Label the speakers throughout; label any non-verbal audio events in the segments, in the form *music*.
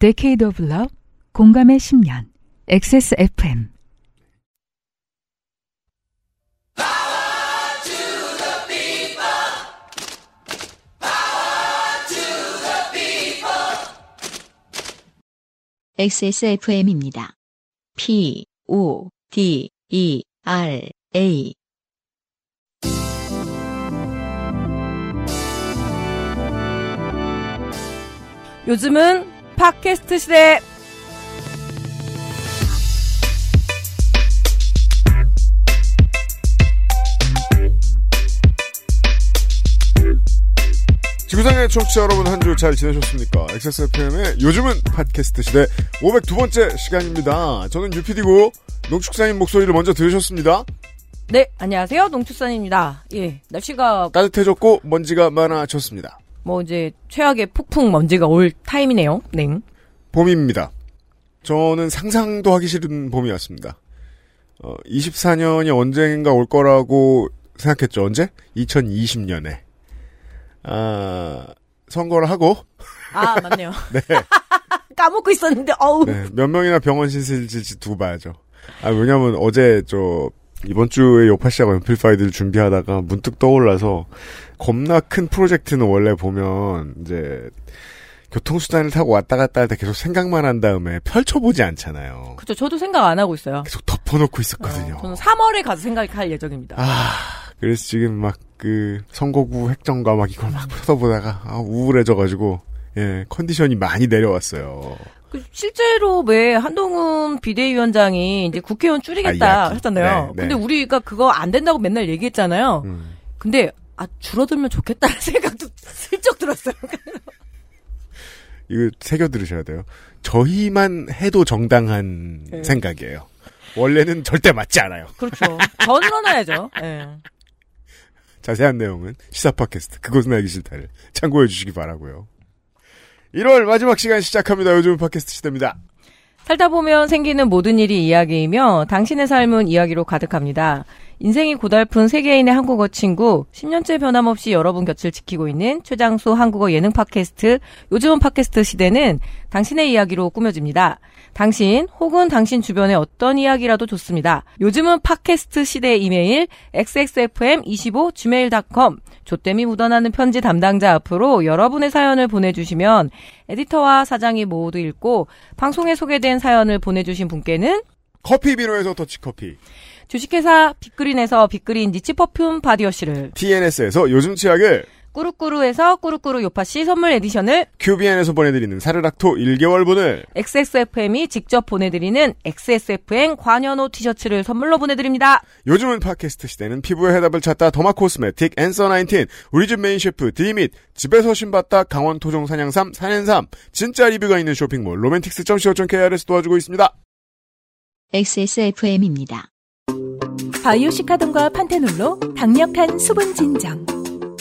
Speaker 1: Decade of Love, 공감의 10년, XSFM.
Speaker 2: XSFM입니다. P, O, D, E, R, A.
Speaker 3: 요즘은 팟캐스트 시대.
Speaker 4: 지구상의 청취자 여러분 한 주 잘 지내셨습니까? XSFM의 요즘은 팟캐스트 시대 502번째 시간입니다. 저는 UPD고 농축산인 목소리를 먼저 들으셨습니다.
Speaker 3: 네, 안녕하세요. 농축산입니다. 예, 날씨가
Speaker 4: 따뜻해졌고 먼지가 많아졌습니다.
Speaker 3: 뭐 이제 최악의 폭풍 먼지가 올 타임이네요. 네.
Speaker 4: 봄입니다. 저는 상상도 하기 싫은 봄이 왔습니다. 어, 24년이 언젠가 올 거라고 생각했죠. 언제? 2020년에. 아, 선거를 하고
Speaker 3: 아, *laughs* 맞네요. 까먹고 있었는데, 어우.
Speaker 4: 네, 몇 명이나 병원 신세질지 두고 봐야죠. 아, 왜냐면 어제 저 이번 주에 요파 씨하고 연필 파이들 준비하다가 문득 떠올라서 겁나 큰 프로젝트는 원래 보면 이제 교통수단을 타고 왔다 갔다 할 때 계속 생각만 한 다음에 펼쳐보지 않잖아요.
Speaker 3: 그죠 저도 생각 안 하고 있어요.
Speaker 4: 계속 덮어놓고 있었거든요.
Speaker 3: 저는 3월에 가서 생각할 예정입니다.
Speaker 4: 아, 그래서 지금 막 그 선거구 획정과 막 이걸 막 쳐다보다가 아, 우울해져가지고 예 컨디션이 많이 내려왔어요.
Speaker 3: 그 실제로 왜 한동훈 비대위원장이 이제 국회의원
Speaker 4: 아,
Speaker 3: 줄이겠다
Speaker 4: 이야기.
Speaker 3: 했잖아요.
Speaker 4: 네, 네.
Speaker 3: 근데 우리가 그거 안 된다고 맨날 얘기했잖아요.
Speaker 4: 음.
Speaker 3: 근데 아 줄어들면 좋겠다는 *laughs* 생각도 슬쩍 들었어요.
Speaker 4: 이거 새겨 들으셔야 돼요. 저희만 해도 정당한
Speaker 3: 네.
Speaker 4: 생각이에요. 원래는 절대 맞지 않아요.
Speaker 3: 그렇죠. 더 늘어나야죠. 예.
Speaker 4: 자세한 내용은 시사 팟캐스트 그것은 알기 싫다를 참고해 주시기 바라고요. 1월 마지막 시간 시작합니다. 요즘 팟캐스트 시대입니다.
Speaker 3: 살다 보면 생기는 모든 일이 이야기이며 당신의 삶은 이야기로 가득합니다. 인생이 고달픈 세계인의 한국어 친구, 10년째 변함없이 여러분 곁을 지키고 있는 최장수 한국어 예능 팟캐스트, 요즘은 팟캐스트 시대는 당신의 이야기로 꾸며집니다. 당신 혹은 당신 주변의 어떤 이야기라도 좋습니다. 요즘은 팟캐스트 시대 이메일 xxfm25gmail.com 조땜이 묻어나는 편지 담당자 앞으로 여러분의 사연을 보내주시면 에디터와 사장이 모두 읽고 방송에 소개된 사연을 보내주신 분께는
Speaker 4: 커피 비누에서 더치커피,
Speaker 3: 주식회사 빅그린에서 빅그린 니치 퍼퓸 바디워시를
Speaker 4: TNS에서 요즘 치약을
Speaker 3: 꾸루꾸루에서 꾸루꾸루 요파씨 선물 에디션을
Speaker 4: QBN에서 보내드리는 사르락토 1개월분을
Speaker 3: XSFM이 직접 보내드리는 XSFM 관현호 티셔츠를 선물로 보내드립니다.
Speaker 4: 요즘은 팟캐스트 시대는 피부의 해답을 찾다 더마 코스메틱 앤서 19 우리 집 메인 셰프 디밋 집에서 신받다 강원 토종 산양삼 산앤삼 진짜 리뷰가 있는 쇼핑몰 로맨틱스.co.kr에서 도와주고 있습니다.
Speaker 2: XSFM입니다.
Speaker 5: 바이오시카돈과 판테놀로 강력한 수분 진정.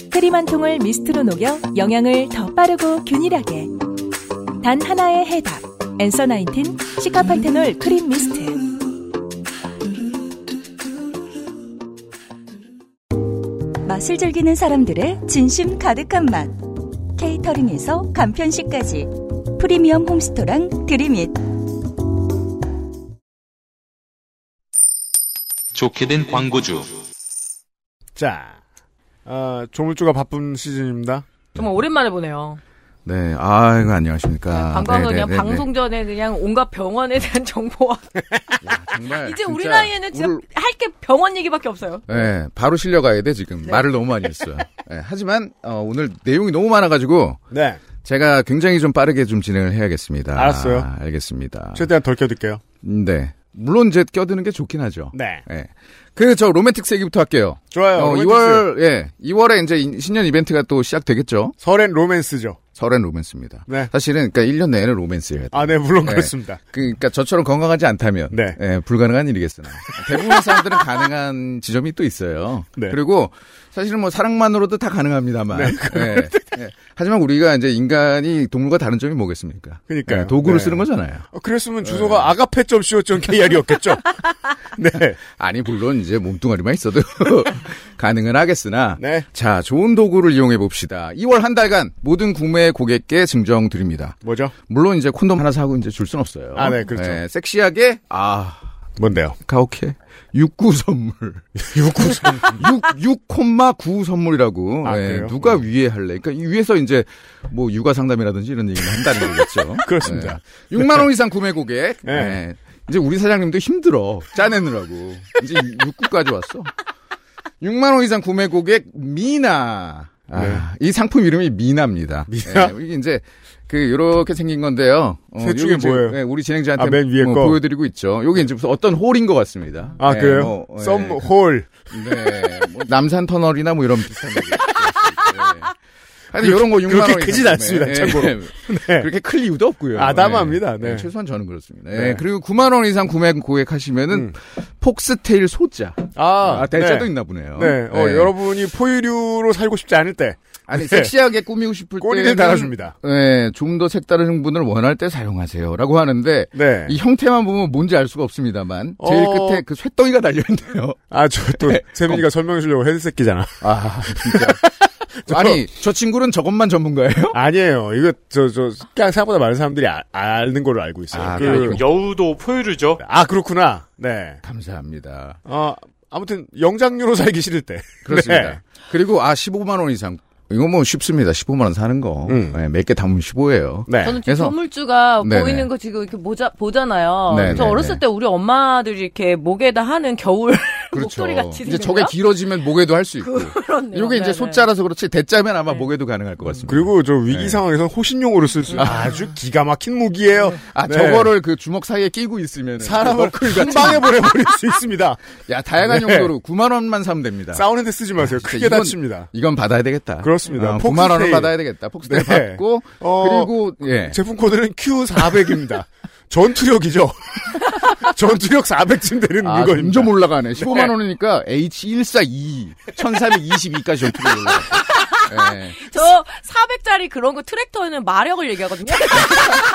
Speaker 5: 크림 한 통을 미스트로 녹여 영양을 더 빠르고 균일하게. 단 하나의 해답. 엔서 나인틴 시카판테놀 크림 미스트. 맛을 즐기는 사람들의 진심 가득한 맛. 케이터링에서 간편식까지. 프리미엄 홈스토랑 드림잇.
Speaker 6: 좋게 된 광고주.
Speaker 4: 자, 아, 조물주가 바쁜 시즌입니다.
Speaker 3: 정말 오랜만에 보네요.
Speaker 7: 네, 아이고, 안녕하십니까.
Speaker 3: 방금
Speaker 7: 네, 네,
Speaker 3: 그냥
Speaker 7: 네,
Speaker 3: 방송 전에 그냥 온갖 병원에 대한 *laughs* 정보와
Speaker 7: 네. 야, 정말.
Speaker 3: 이제 우리
Speaker 7: 진짜
Speaker 3: 나이에는 진짜
Speaker 7: 울-
Speaker 3: 할 게 병원 얘기밖에 없어요.
Speaker 7: 네, 바로 실려가야 돼, 지금.
Speaker 3: 네.
Speaker 7: 말을 너무 많이 했어요. 네, 하지만, 어, 오늘 내용이 너무 많아가지고,
Speaker 4: 네,
Speaker 7: 제가 굉장히 좀 빠르게 좀 진행을 해야겠습니다.
Speaker 4: 알았어요.
Speaker 7: 아, 알겠습니다.
Speaker 4: 최대한 덜 껴둘게요.
Speaker 7: 네. 물론 이제 껴드는 게 좋긴 하죠.
Speaker 4: 네,
Speaker 7: 예. 그, 저 로맨틱스 얘기부터 할게요.
Speaker 4: 좋아요.
Speaker 7: 어,
Speaker 4: 로맨틱스.
Speaker 7: 2월, 예. 2월에 이제 인- 신년 이벤트가 또 시작되겠죠?
Speaker 4: 설엔 로맨스죠.
Speaker 7: 설엔 로맨스입니다.
Speaker 4: 네.
Speaker 7: 사실은, 그니까 1년 내내 로맨스예요.
Speaker 4: 아, 네, 물론
Speaker 7: 네.
Speaker 4: 그렇습니다.
Speaker 7: 그러니까 저처럼 건강하지 않다면
Speaker 4: 네.
Speaker 7: 예, 불가능한 일이겠으나 대부분의 사람들은 가능한 지점이 또 있어요.
Speaker 4: 네.
Speaker 7: 그리고 사실은 뭐 사랑만으로도 다 가능합니다만. 예. 예. 하지만 우리가 이제 인간이 동물과 다른 점이 뭐겠습니까?
Speaker 4: 그러니까요.
Speaker 7: 예, 도구를
Speaker 4: 네.
Speaker 7: 쓰는 거잖아요.
Speaker 4: 어, 그랬으면 주소가
Speaker 7: 네.
Speaker 4: 아가페.co.kr이었겠죠.
Speaker 7: *laughs*
Speaker 4: 네.
Speaker 7: 아니 물론 이제 몸뚱아리만 있어도 *laughs* 가능은 하겠으나
Speaker 4: 네.
Speaker 7: 자 좋은 도구를 이용해 봅시다. 2월 한 달간 모든 구매 고객께 증정 드립니다.
Speaker 4: 뭐죠?
Speaker 7: 물론 이제 콘돔 하나 사고 이제 줄 순 없어요.
Speaker 4: 아, 네, 그렇죠.
Speaker 7: 예, 섹시하게 아
Speaker 4: 뭔데요?
Speaker 7: 가오케 육구 선물 육구 선물 육육콤마9 선물이라고
Speaker 4: 아,
Speaker 7: 예,
Speaker 4: 그래요?
Speaker 7: 누가 위에 할래? 그러니까 이 위에서 이제 뭐 육아 상담이라든지 이런 얘기를 한다는 거겠죠.
Speaker 4: 그렇습니다.
Speaker 7: 예. 6만 원 이상 구매 고객.
Speaker 4: 네.
Speaker 7: 예. 이제 우리 사장님도 힘들어 짜내느라고 이제 육구까지 왔어. 6만 원 이상 구매 고객 미나. 아,
Speaker 4: 네.
Speaker 7: 이 상품 이름이 미나입니다.
Speaker 4: 미나?
Speaker 7: 예, 이게 이제 그 이렇게 생긴 건데요. 어,
Speaker 4: 셋 중에
Speaker 7: 요게 이제,
Speaker 4: 뭐예요?
Speaker 7: 예, 우리 진행자한테
Speaker 4: 아, 맨 위에
Speaker 7: 뭐
Speaker 4: 거?
Speaker 7: 보여드리고 있죠. 요게 이제 무슨 어떤 홀인 것 같습니다.
Speaker 4: 아,
Speaker 7: 예,
Speaker 4: 그래요?
Speaker 7: 뭐, 예,
Speaker 4: 썸홀.
Speaker 7: 네, 뭐 남산 터널이나 뭐 이런 비슷한 거. 하여튼 이런 거 6만 원.
Speaker 4: 그렇게 크진
Speaker 7: 이상이네.
Speaker 4: 않습니다,
Speaker 7: 예,
Speaker 4: 참고로. 네.
Speaker 7: 예. 그렇게 클 이유도 없고요.
Speaker 4: 아담합니다,
Speaker 7: 예.
Speaker 4: 네.
Speaker 7: 예, 최소한 저는 그렇습니다. 예,
Speaker 4: 네. 음.
Speaker 7: 그리고 9만 원 이상 구매 고객하시면은 폭스테일 소자. 아, 대자도 있나 보네요.
Speaker 4: 네. 어,
Speaker 7: 예.
Speaker 4: 여러분이 포유류로 살고 싶지 않을 때
Speaker 7: 아니 섹시하게 꾸미고 싶을
Speaker 4: 꼬리를
Speaker 7: 때
Speaker 4: 달아줍니다.
Speaker 7: 네, 좀 더 색다른 흥분을 원할 때 사용하세요라고 하는데
Speaker 4: 네.
Speaker 7: 이 형태만 보면 뭔지 알 수가 없습니다만 제일
Speaker 4: 어.
Speaker 7: 끝에 그 쇳덩이가 달려 *laughs* 있네요.
Speaker 4: 아, 저 또 세민이가 설명해 주려고 헤드셋 끼잖아. *laughs*
Speaker 7: 아, 진짜. 아니, 저 친구는 저것만 전문가예요?
Speaker 4: 아니에요. 이거 저 저 그냥 생각보다 많은 사람들이 아, 아는 걸로 알고 있어요.
Speaker 7: 아,
Speaker 4: 그-
Speaker 7: 그래요?
Speaker 8: 여우도 포유류죠.
Speaker 4: 아 그렇구나. 네.
Speaker 7: 감사합니다.
Speaker 4: 어, 아무튼 영장류로 *laughs* 살기 싫을 때.
Speaker 7: 그렇습니다.
Speaker 4: 네.
Speaker 7: 그리고 아, 15만 원 이상. 이거 뭐 쉽습니다. 15만 원 사는 거. 네,
Speaker 4: 음.
Speaker 7: 몇 개 담으면 15예요.
Speaker 4: 네.
Speaker 3: 저는 지금
Speaker 7: 그래서-
Speaker 3: 조물주가
Speaker 7: 네네.
Speaker 3: 보이는 거 지금 이렇게 모자, 보잖아요.
Speaker 7: 네네네.
Speaker 3: 저 어렸을 때 우리 엄마들이 이렇게 목에다 하는 겨울 *laughs* 그 목도리 같이
Speaker 7: 그렇죠. 이제 저게 길어지면 목에도 할 수 있고.
Speaker 3: 그렇네요.
Speaker 7: 요게 이제
Speaker 3: 네네. 네.
Speaker 7: 소자라서 그렇지 대자면 아마 목에도 가능할 것 같습니다.
Speaker 4: 그리고 저 위기
Speaker 7: 네.
Speaker 4: 상황에서 호신용으로 쓸 수 있는 아주 기가 막힌 무기예요.
Speaker 7: 아,
Speaker 4: 네.
Speaker 7: 저거를 그 주먹 사이에 끼고 있으면
Speaker 4: 사람을 한 방에 보내버릴 수 있습니다.
Speaker 7: 야, 다양한
Speaker 4: 네.
Speaker 7: 용도로 9만 원만 사면 됩니다.
Speaker 4: 싸우는데 쓰지 마세요.
Speaker 7: 아. 진짜
Speaker 4: 크게
Speaker 7: 이건-
Speaker 4: 다칩니다.
Speaker 7: 이건 받아야 되겠다.
Speaker 4: 그렇습니다.
Speaker 7: 아,
Speaker 4: 폭스테일.
Speaker 7: 9만 원을 받아야 되겠다. 폭스테일
Speaker 4: 네.
Speaker 7: 받고
Speaker 4: 어,
Speaker 7: 그리고 예.
Speaker 4: 제품 코드는 Q400입니다. *laughs* 전투력이죠. *laughs* 전투력 400쯤 되는
Speaker 7: 아,
Speaker 4: 물건입니다.
Speaker 7: 점점 올라가네. 15만 원이니까 H142, 1422까지 전투를 올라가. 예.
Speaker 3: 저 400짜리 그런 거 트랙터는 마력을 얘기하거든요. *laughs*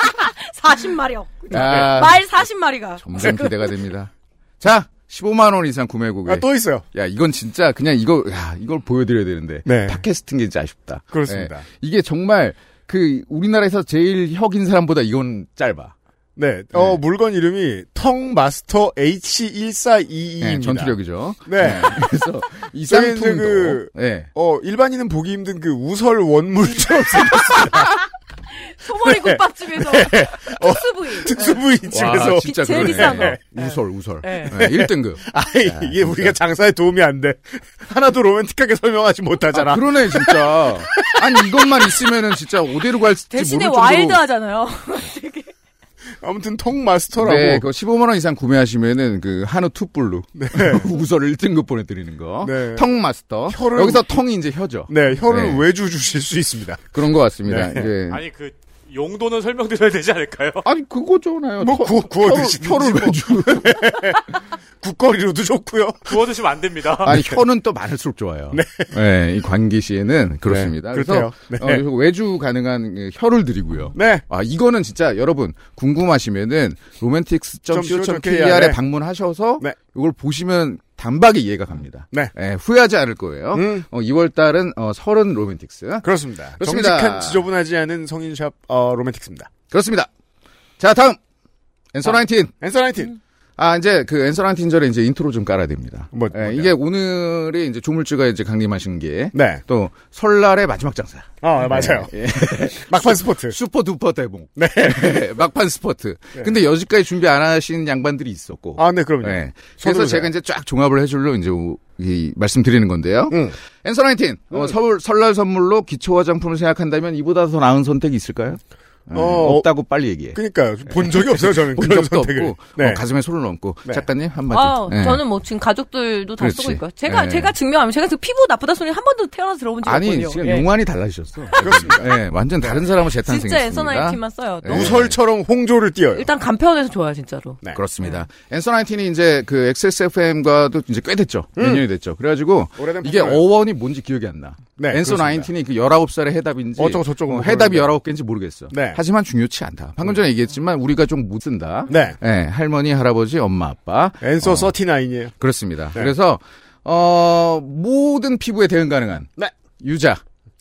Speaker 3: 40마력.
Speaker 4: 네.
Speaker 7: 아,
Speaker 3: 말 40마리가.
Speaker 7: 점점 기대가 됩니다. 자, 15만 원 이상 구매 고객.
Speaker 4: 아, 또 있어요.
Speaker 7: 야, 이건 진짜 그냥 이거 야, 이걸 보여드려야 되는데
Speaker 4: 네.
Speaker 7: 팟캐스트인 게 진짜 아쉽다.
Speaker 4: 그렇습니다.
Speaker 7: 예. 이게 정말 그 우리나라에서 제일 혁인 사람보다 이건 짧아.
Speaker 4: 네, 어, 물건 이름이 텅마스터 H1422입니다.
Speaker 7: 예, 전투력이죠.
Speaker 4: *laughs* 네.
Speaker 7: 그래서 이
Speaker 4: 저기 이제
Speaker 7: 쌍통도
Speaker 4: 그-
Speaker 7: 예.
Speaker 4: 어, 일반인은 보기 힘든 그 우설 원물처럼 *laughs* 생긴
Speaker 7: 네.
Speaker 3: 소머리 국밥집에서 *laughs*
Speaker 7: 어,
Speaker 3: 특수부위. 네.
Speaker 4: 특수 부위집에서.
Speaker 7: 와, 진짜
Speaker 3: 제일
Speaker 7: 그러네.
Speaker 3: 비싼 거.
Speaker 7: 예. 우설 우설.
Speaker 3: 예.
Speaker 7: 예, 1등급.
Speaker 4: 아이, 이게 우리가 장사에 도움이 안 돼. 하나도 로맨틱하게 설명하지 못하잖아.
Speaker 7: 아, 그러네 *laughs* 진짜. 아니 이것만 있으면은 진짜 어디로 갈지
Speaker 3: 대신에
Speaker 7: 모를 정도로.
Speaker 3: 와일드하잖아요.
Speaker 4: 아무튼 텅마스터라고.
Speaker 7: 네, 그 15만 원 이상 구매하시면은 그 한우 투불로 *laughs* 우설 1등급 보내드리는 거.
Speaker 4: 네.
Speaker 7: 텅 마스터.
Speaker 4: 혀를-
Speaker 7: 여기서 텅이 이제 혀죠.
Speaker 4: 네, 혀를
Speaker 7: 네.
Speaker 4: 외주 주실 수 있습니다.
Speaker 7: 그런 것 같습니다.
Speaker 4: 네.
Speaker 7: 이제 아니,
Speaker 8: 아니 그 용도는 설명드려야 되지 않을까요? *laughs*
Speaker 7: 그거잖아요.
Speaker 4: 뭐
Speaker 7: 터-
Speaker 4: 구워, 구워
Speaker 7: 혀를-
Speaker 4: 드시든지
Speaker 7: 혀를
Speaker 4: 뭐.
Speaker 7: 왜 *laughs* 주?
Speaker 4: 국거리로도 좋고요.
Speaker 8: 구워 드시면 안 됩니다.
Speaker 7: 아니 혀는 또 많을수록 좋아요. 네, 이 관기 시에는 그렇습니다.
Speaker 4: 네,
Speaker 7: 그래서,
Speaker 4: 그렇대요. 네.
Speaker 7: 어, 그래서 외주 가능한 예, 혀를 드리고요.
Speaker 4: 네.
Speaker 7: 아 이거는 진짜 여러분 궁금하시면은 로맨틱스.co.kr에
Speaker 4: 네.
Speaker 7: 방문하셔서
Speaker 4: 네.
Speaker 7: 이걸 보시면 단박에 이해가 갑니다.
Speaker 4: 네.
Speaker 7: 예, 후회하지 않을 거예요.
Speaker 4: 음.
Speaker 7: 어, 2월 달은 어, 30 로맨틱스.
Speaker 4: 그렇습니다.
Speaker 7: 그렇습니다.
Speaker 4: 정직한 지저분하지 않은 성인샵, 어, 로맨틱스입니다.
Speaker 7: 그렇습니다. 자 다음 엔서 나인틴.
Speaker 4: 앤서 19.
Speaker 7: 아, 이제 그 엔서 나인틴 절에 이제 인트로 좀 깔아야 됩니다.
Speaker 4: 뭐,
Speaker 7: 예,
Speaker 4: 뭐냐?
Speaker 7: 이게 오늘의 이제 조물주가 이제 강림하신 게 또
Speaker 4: 네.
Speaker 7: 설날의 마지막 장사.
Speaker 4: 어, 맞아요.
Speaker 7: 예.
Speaker 4: *laughs* 막판 스포츠.
Speaker 7: 슈퍼 두퍼 대봉. 네. *laughs* 막판 스퍼트.
Speaker 4: 네.
Speaker 7: 근데 여지까지 준비 안 하신 양반들이 있었고.
Speaker 4: 아, 네, 그럼요.
Speaker 7: 예. 그래서
Speaker 4: 서두르세요.
Speaker 7: 제가 이제 쫙 종합을 해줄로 이제 오- 이 말씀드리는 건데요.
Speaker 4: 응.
Speaker 7: 엔서 나인틴 어, 서울 설날 선물로 기초 화장품을 생각한다면 이보다 더 나은 선택이 있을까요? 예,
Speaker 4: 어.
Speaker 7: 없다고 빨리 얘기해.
Speaker 4: 그러니까요. 본 적이 없어요, 저는.
Speaker 7: 본
Speaker 4: 그런
Speaker 7: 적도
Speaker 4: 선택을.
Speaker 7: 없고 어, 가슴에 손을 얹고
Speaker 4: 네.
Speaker 7: 작가님 한마디.
Speaker 3: 아,
Speaker 7: 예.
Speaker 3: 저는 뭐 지금 가족들도 다 쓰고
Speaker 7: 그렇지.
Speaker 3: 있고요. 제가
Speaker 7: 예.
Speaker 3: 제가 증명하면 제가 지금 피부 나쁘다 소리 한 번도 태어나서 들어본 적이
Speaker 7: 네. 아니
Speaker 3: 없거든요.
Speaker 7: 지금
Speaker 3: 예.
Speaker 7: 용안이 달라지셨어. 그렇습니다. 예, 완전 다른 사람을 재탄생했습니다.
Speaker 3: 진짜 엔서 나이티만 써요. 또.
Speaker 7: 예.
Speaker 4: 우설처럼 홍조를 띄어요.
Speaker 3: 일단 간편해서 좋아요, 진짜로.
Speaker 4: 네.
Speaker 7: 그렇습니다. 엔서 나이틴이 이제 그 XSFM과도 이제 꽤 됐죠. 몇 년이 됐죠. 그래가지고
Speaker 4: 음. 오래된
Speaker 7: 이게
Speaker 4: 프로그램.
Speaker 7: 어원이 뭔지 기억이 안 나.
Speaker 4: 네,
Speaker 7: 엔서
Speaker 4: 그렇습니다.
Speaker 7: 나인틴이 그 19살의 해답인지
Speaker 4: 어쩌고 저쩌고
Speaker 7: 어,
Speaker 4: 뭐
Speaker 7: 해답이
Speaker 4: 그러는데.
Speaker 7: 19개인지 모르겠어.
Speaker 4: 네. 음.
Speaker 7: 하지만 중요치 않다. 방금 전에 얘기했지만 우리가 좀 못 쓴다.
Speaker 4: 네.
Speaker 7: 예, 할머니, 할아버지, 엄마, 아빠. 어,
Speaker 4: 엔서 39이에요.
Speaker 7: 그렇습니다.
Speaker 4: 네.
Speaker 7: 그래서 어, 모든 피부에 대응 가능한
Speaker 4: 네.
Speaker 7: 유자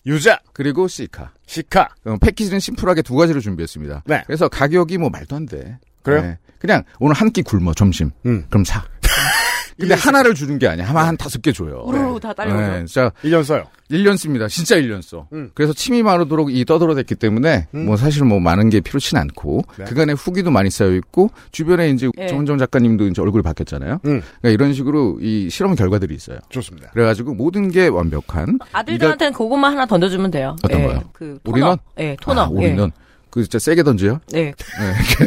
Speaker 4: 유자,
Speaker 7: 그리고 시카.
Speaker 4: 시카.
Speaker 7: 어, 패키지는 심플하게 두 가지를 준비했습니다.
Speaker 4: 네.
Speaker 7: 그래서 가격이 뭐 말도 안 돼.
Speaker 4: 그래요?
Speaker 7: 네. 그냥 오늘 한 끼 굶어 점심.
Speaker 4: 음.
Speaker 7: 그럼 사. 근데 하나를 주는 게 아니야. 아마 한 다섯 개 줘요.
Speaker 3: 우르르 다 딸려오죠.
Speaker 7: 네, 진짜
Speaker 4: 1년 써요.
Speaker 7: 1년 씁니다. 진짜 1년 써.
Speaker 4: 음.
Speaker 7: 그래서 침이 마르도록 이 떠들어댔기 때문에 뭐 사실 뭐 많은 게 필요치는 않고
Speaker 4: 네.
Speaker 7: 그간에 후기도 많이 쌓여 있고 주변에 이제
Speaker 3: 예.
Speaker 7: 정은정 작가님도 이제 얼굴이 바뀌었잖아요.
Speaker 4: 음.
Speaker 7: 그러니까 이런 식으로 이 실험 결과들이 있어요.
Speaker 4: 좋습니다.
Speaker 7: 그래가지고 모든 게 완벽한
Speaker 3: 아들들한테는 그것만 하나 던져주면 돼요.
Speaker 7: 어떤
Speaker 3: 예,
Speaker 7: 거요?
Speaker 3: 그 토너.
Speaker 7: 올인원?
Speaker 3: 예, 토너.
Speaker 7: 아, 우리는 그 진짜 세게 던져요.
Speaker 3: 예. 예.
Speaker 7: 네.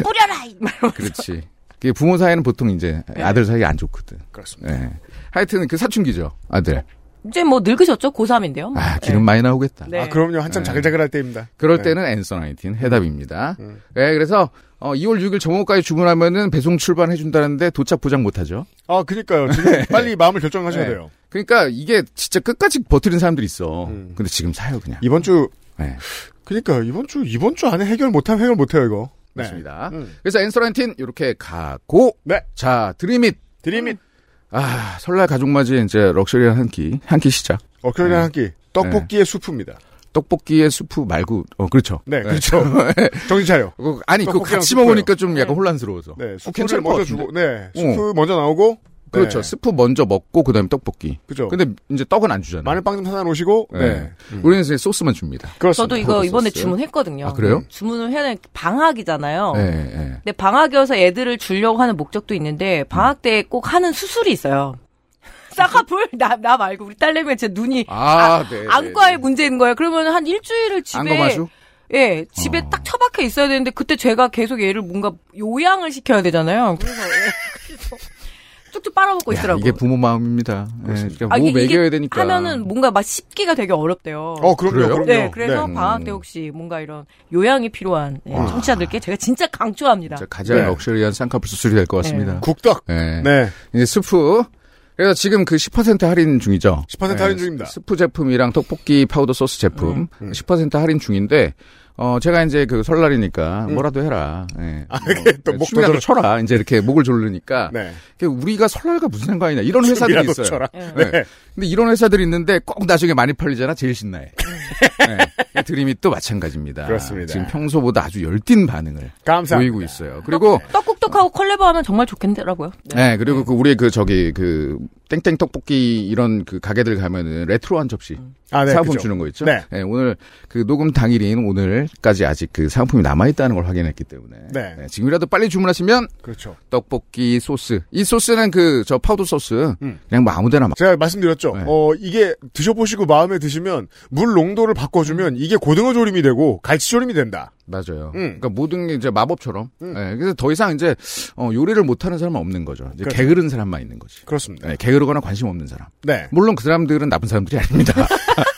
Speaker 3: *laughs* 뿌려라! 이 말. *laughs*
Speaker 7: 그렇지. 그게 부모 사이는 보통 이제
Speaker 3: 예.
Speaker 7: 아들 사이 안 좋거든.
Speaker 4: 그렇습니다.
Speaker 7: 예. 하여튼 그 사춘기죠. 아들.
Speaker 3: 이제 뭐 늙으셨죠? 고3인데요.
Speaker 7: 아, 기름 많이 나오겠다.
Speaker 3: 네.
Speaker 4: 아, 그럼요. 한참
Speaker 7: 네.
Speaker 4: 자글자글 할 때입니다.
Speaker 7: 그럴
Speaker 4: 네.
Speaker 7: 때는 앤서 나이틴 해답입니다.
Speaker 4: 음.
Speaker 7: 예, 그래서 어, 2월 6일 정오까지 주문하면은 배송 출발해 준다는데 도착 보장 못 하죠.
Speaker 4: 아, 그니까요. 지금
Speaker 7: *laughs*
Speaker 4: 빨리 마음을 결정하셔야
Speaker 7: 네.
Speaker 4: 돼요.
Speaker 7: 그러니까 이게 진짜 끝까지 버티는 사람들이 있어.
Speaker 4: 음.
Speaker 7: 근데 지금 사요 그냥.
Speaker 4: 이번 주,
Speaker 7: 네,
Speaker 4: 그니까요. 이번 주, 이번 주 안에 해결 못하면 해결 못해요, 이거. 네.
Speaker 7: 그렇습니다.
Speaker 4: 음.
Speaker 7: 그래서 앤서 나이틴 이렇게 가고
Speaker 4: 네.
Speaker 7: 자, 드림잇.
Speaker 4: 드림잇.
Speaker 7: 아, 설날 가족 맞이 이제 럭셔리한 한 끼, 한 끼 시작.
Speaker 4: 어클린
Speaker 7: 네.
Speaker 4: 한 끼. 떡볶이의 수프입니다.
Speaker 7: 떡볶이에 수프 말고 어, 그렇죠.
Speaker 4: 네, 그렇죠. 정신 차려.
Speaker 7: *laughs* 그거- 아니 그거
Speaker 4: 떡볶이랑
Speaker 7: 같이
Speaker 4: 수프예요.
Speaker 7: 먹으니까 좀 약간 혼란스러워서.
Speaker 4: 네,
Speaker 7: 어,
Speaker 4: 수프를
Speaker 7: 괜찮을 것
Speaker 4: 먼저
Speaker 7: 같은데. 어.
Speaker 4: 주고, 네, 수프 먼저 나오고,
Speaker 7: 그렇죠.
Speaker 4: 네.
Speaker 7: 스프 먼저 먹고 그다음에 떡볶이.
Speaker 4: 그죠.
Speaker 7: 근데 이제 떡은 안 주잖아요.
Speaker 4: 마늘빵 좀 사다 놓으시고, 네,
Speaker 7: 네. 우리는 이제 소스만 줍니다.
Speaker 4: 그렇습니다.
Speaker 3: 저도 이거 이번에
Speaker 7: 소스.
Speaker 3: 주문했거든요. 네.
Speaker 7: 아, 그래요?
Speaker 3: 주문을 해야 되는 게 방학이잖아요.
Speaker 4: 어.
Speaker 7: 예, 예.
Speaker 3: 근데 방학이어서 애들을 주려고 하는 목적도 있는데 방학 때 꼭 하는 수술이 있어요. *laughs* 쌍꺼풀 나, 나 말고 우리 딸내미가 진짜 눈이
Speaker 7: 아, 네. 네,
Speaker 3: 안과에 문제인 거예요. 그러면 한 일주일을
Speaker 7: 네.
Speaker 3: 집에
Speaker 7: 안검하슈?
Speaker 3: 예, 집에 딱 처박혀 있어야 되는데 그때 제가 계속 얘를 뭔가 요양을 시켜야 되잖아요. 그래서, 예, 그래서 쭉쭉 빨아먹고 있더라고.
Speaker 4: 네.
Speaker 7: 이게 부모 마음입니다. 예, 그러니까 뭐
Speaker 3: 아, 이게
Speaker 7: 먹여야 되니까.
Speaker 3: 하면은 뭐- 뭔가 막 씹기가 되게 어렵대요.
Speaker 4: 어, 그럼요,
Speaker 7: 그래요? 음.
Speaker 4: 그럼요.
Speaker 3: 네, 그래서
Speaker 4: 네.
Speaker 3: 방학 때 혹시 뭔가 이런 요양이 필요한 예, 청취자들께 제가 진짜 강조합니다.
Speaker 7: 진짜 가장
Speaker 4: 네.
Speaker 7: 럭셔리한 쌍꺼풀 수술이 될
Speaker 3: 네.
Speaker 7: 것 같습니다.
Speaker 4: 국떡.
Speaker 7: 예.
Speaker 4: 네,
Speaker 7: 이제 스프. 그래서 지금 그 10% 할인 중이죠. 네.
Speaker 4: 10% 할인 중입니다. 음,
Speaker 7: 스프 제품이랑 떡볶이 파우더 소스 제품 10% 할인 중인데 어 제가 이제 그 설날이니까 뭐라도 해라. 예.
Speaker 4: 음. 아, 이게 또
Speaker 7: 예,
Speaker 4: 목
Speaker 7: 춤이라도
Speaker 4: 조절-
Speaker 7: 쳐라. 이제 이렇게 목을 조르니까
Speaker 4: 네.
Speaker 7: 그 우리가 설날과 무슨 상관이냐 이런 회사들이
Speaker 4: 춤이라도
Speaker 7: 있어요.
Speaker 4: 춰라.
Speaker 7: 예.
Speaker 4: 네.
Speaker 7: 근데 이런 회사들이 있는데 꼭 나중에 많이 팔리잖아. 제일 신나해. 예. 드림이 또 마찬가지입니다.
Speaker 4: 음. 그렇습니다.
Speaker 7: 지금 평소보다 아주 열띤 반응을
Speaker 4: 감사합니다.
Speaker 7: 보이고 있어요. 그리고
Speaker 3: 떡국떡하고 컬래버하면 정말 좋겠더라고요. 네.
Speaker 7: 네, 그리고 그 우리 그 저기 그 땡땡 떡볶이 이런 그 가게들 가면은 레트로한 접시
Speaker 4: 아, 네,
Speaker 7: 사은품
Speaker 4: 그죠.
Speaker 7: 주는 거 있죠.
Speaker 4: 네.
Speaker 7: 오늘 그 녹음 당일인 오늘까지 아직 그 사은품이 남아 있다는 걸 확인했기 때문에
Speaker 4: 네.
Speaker 7: 지금이라도 빨리 주문하시면
Speaker 4: 그렇죠.
Speaker 7: 떡볶이 소스 이 소스는 그 저 파우더 소스
Speaker 4: 음.
Speaker 7: 그냥 뭐 아무데나 막
Speaker 4: 제가 말씀드렸죠.
Speaker 7: 네.
Speaker 4: 어, 이게 드셔보시고 마음에 드시면 물 농도를
Speaker 3: 음.
Speaker 4: 바꿔주면 이게 고등어 조림이 되고 갈치 조림이 된다.
Speaker 7: 맞아요.
Speaker 4: 음.
Speaker 7: 그러니까 모든 게 이제 마법처럼. 네, 그래서 더 이상 이제 어, 요리를 못하는 사람은 없는 거죠. 이제
Speaker 4: 그렇죠.
Speaker 7: 게으른 사람만 있는 거지.
Speaker 4: 그렇습니다.
Speaker 7: 네, 게으르거나 관심 없는 사람.
Speaker 4: 네.
Speaker 7: 물론 그 사람들은 나쁜 사람들이 아닙니다. *laughs*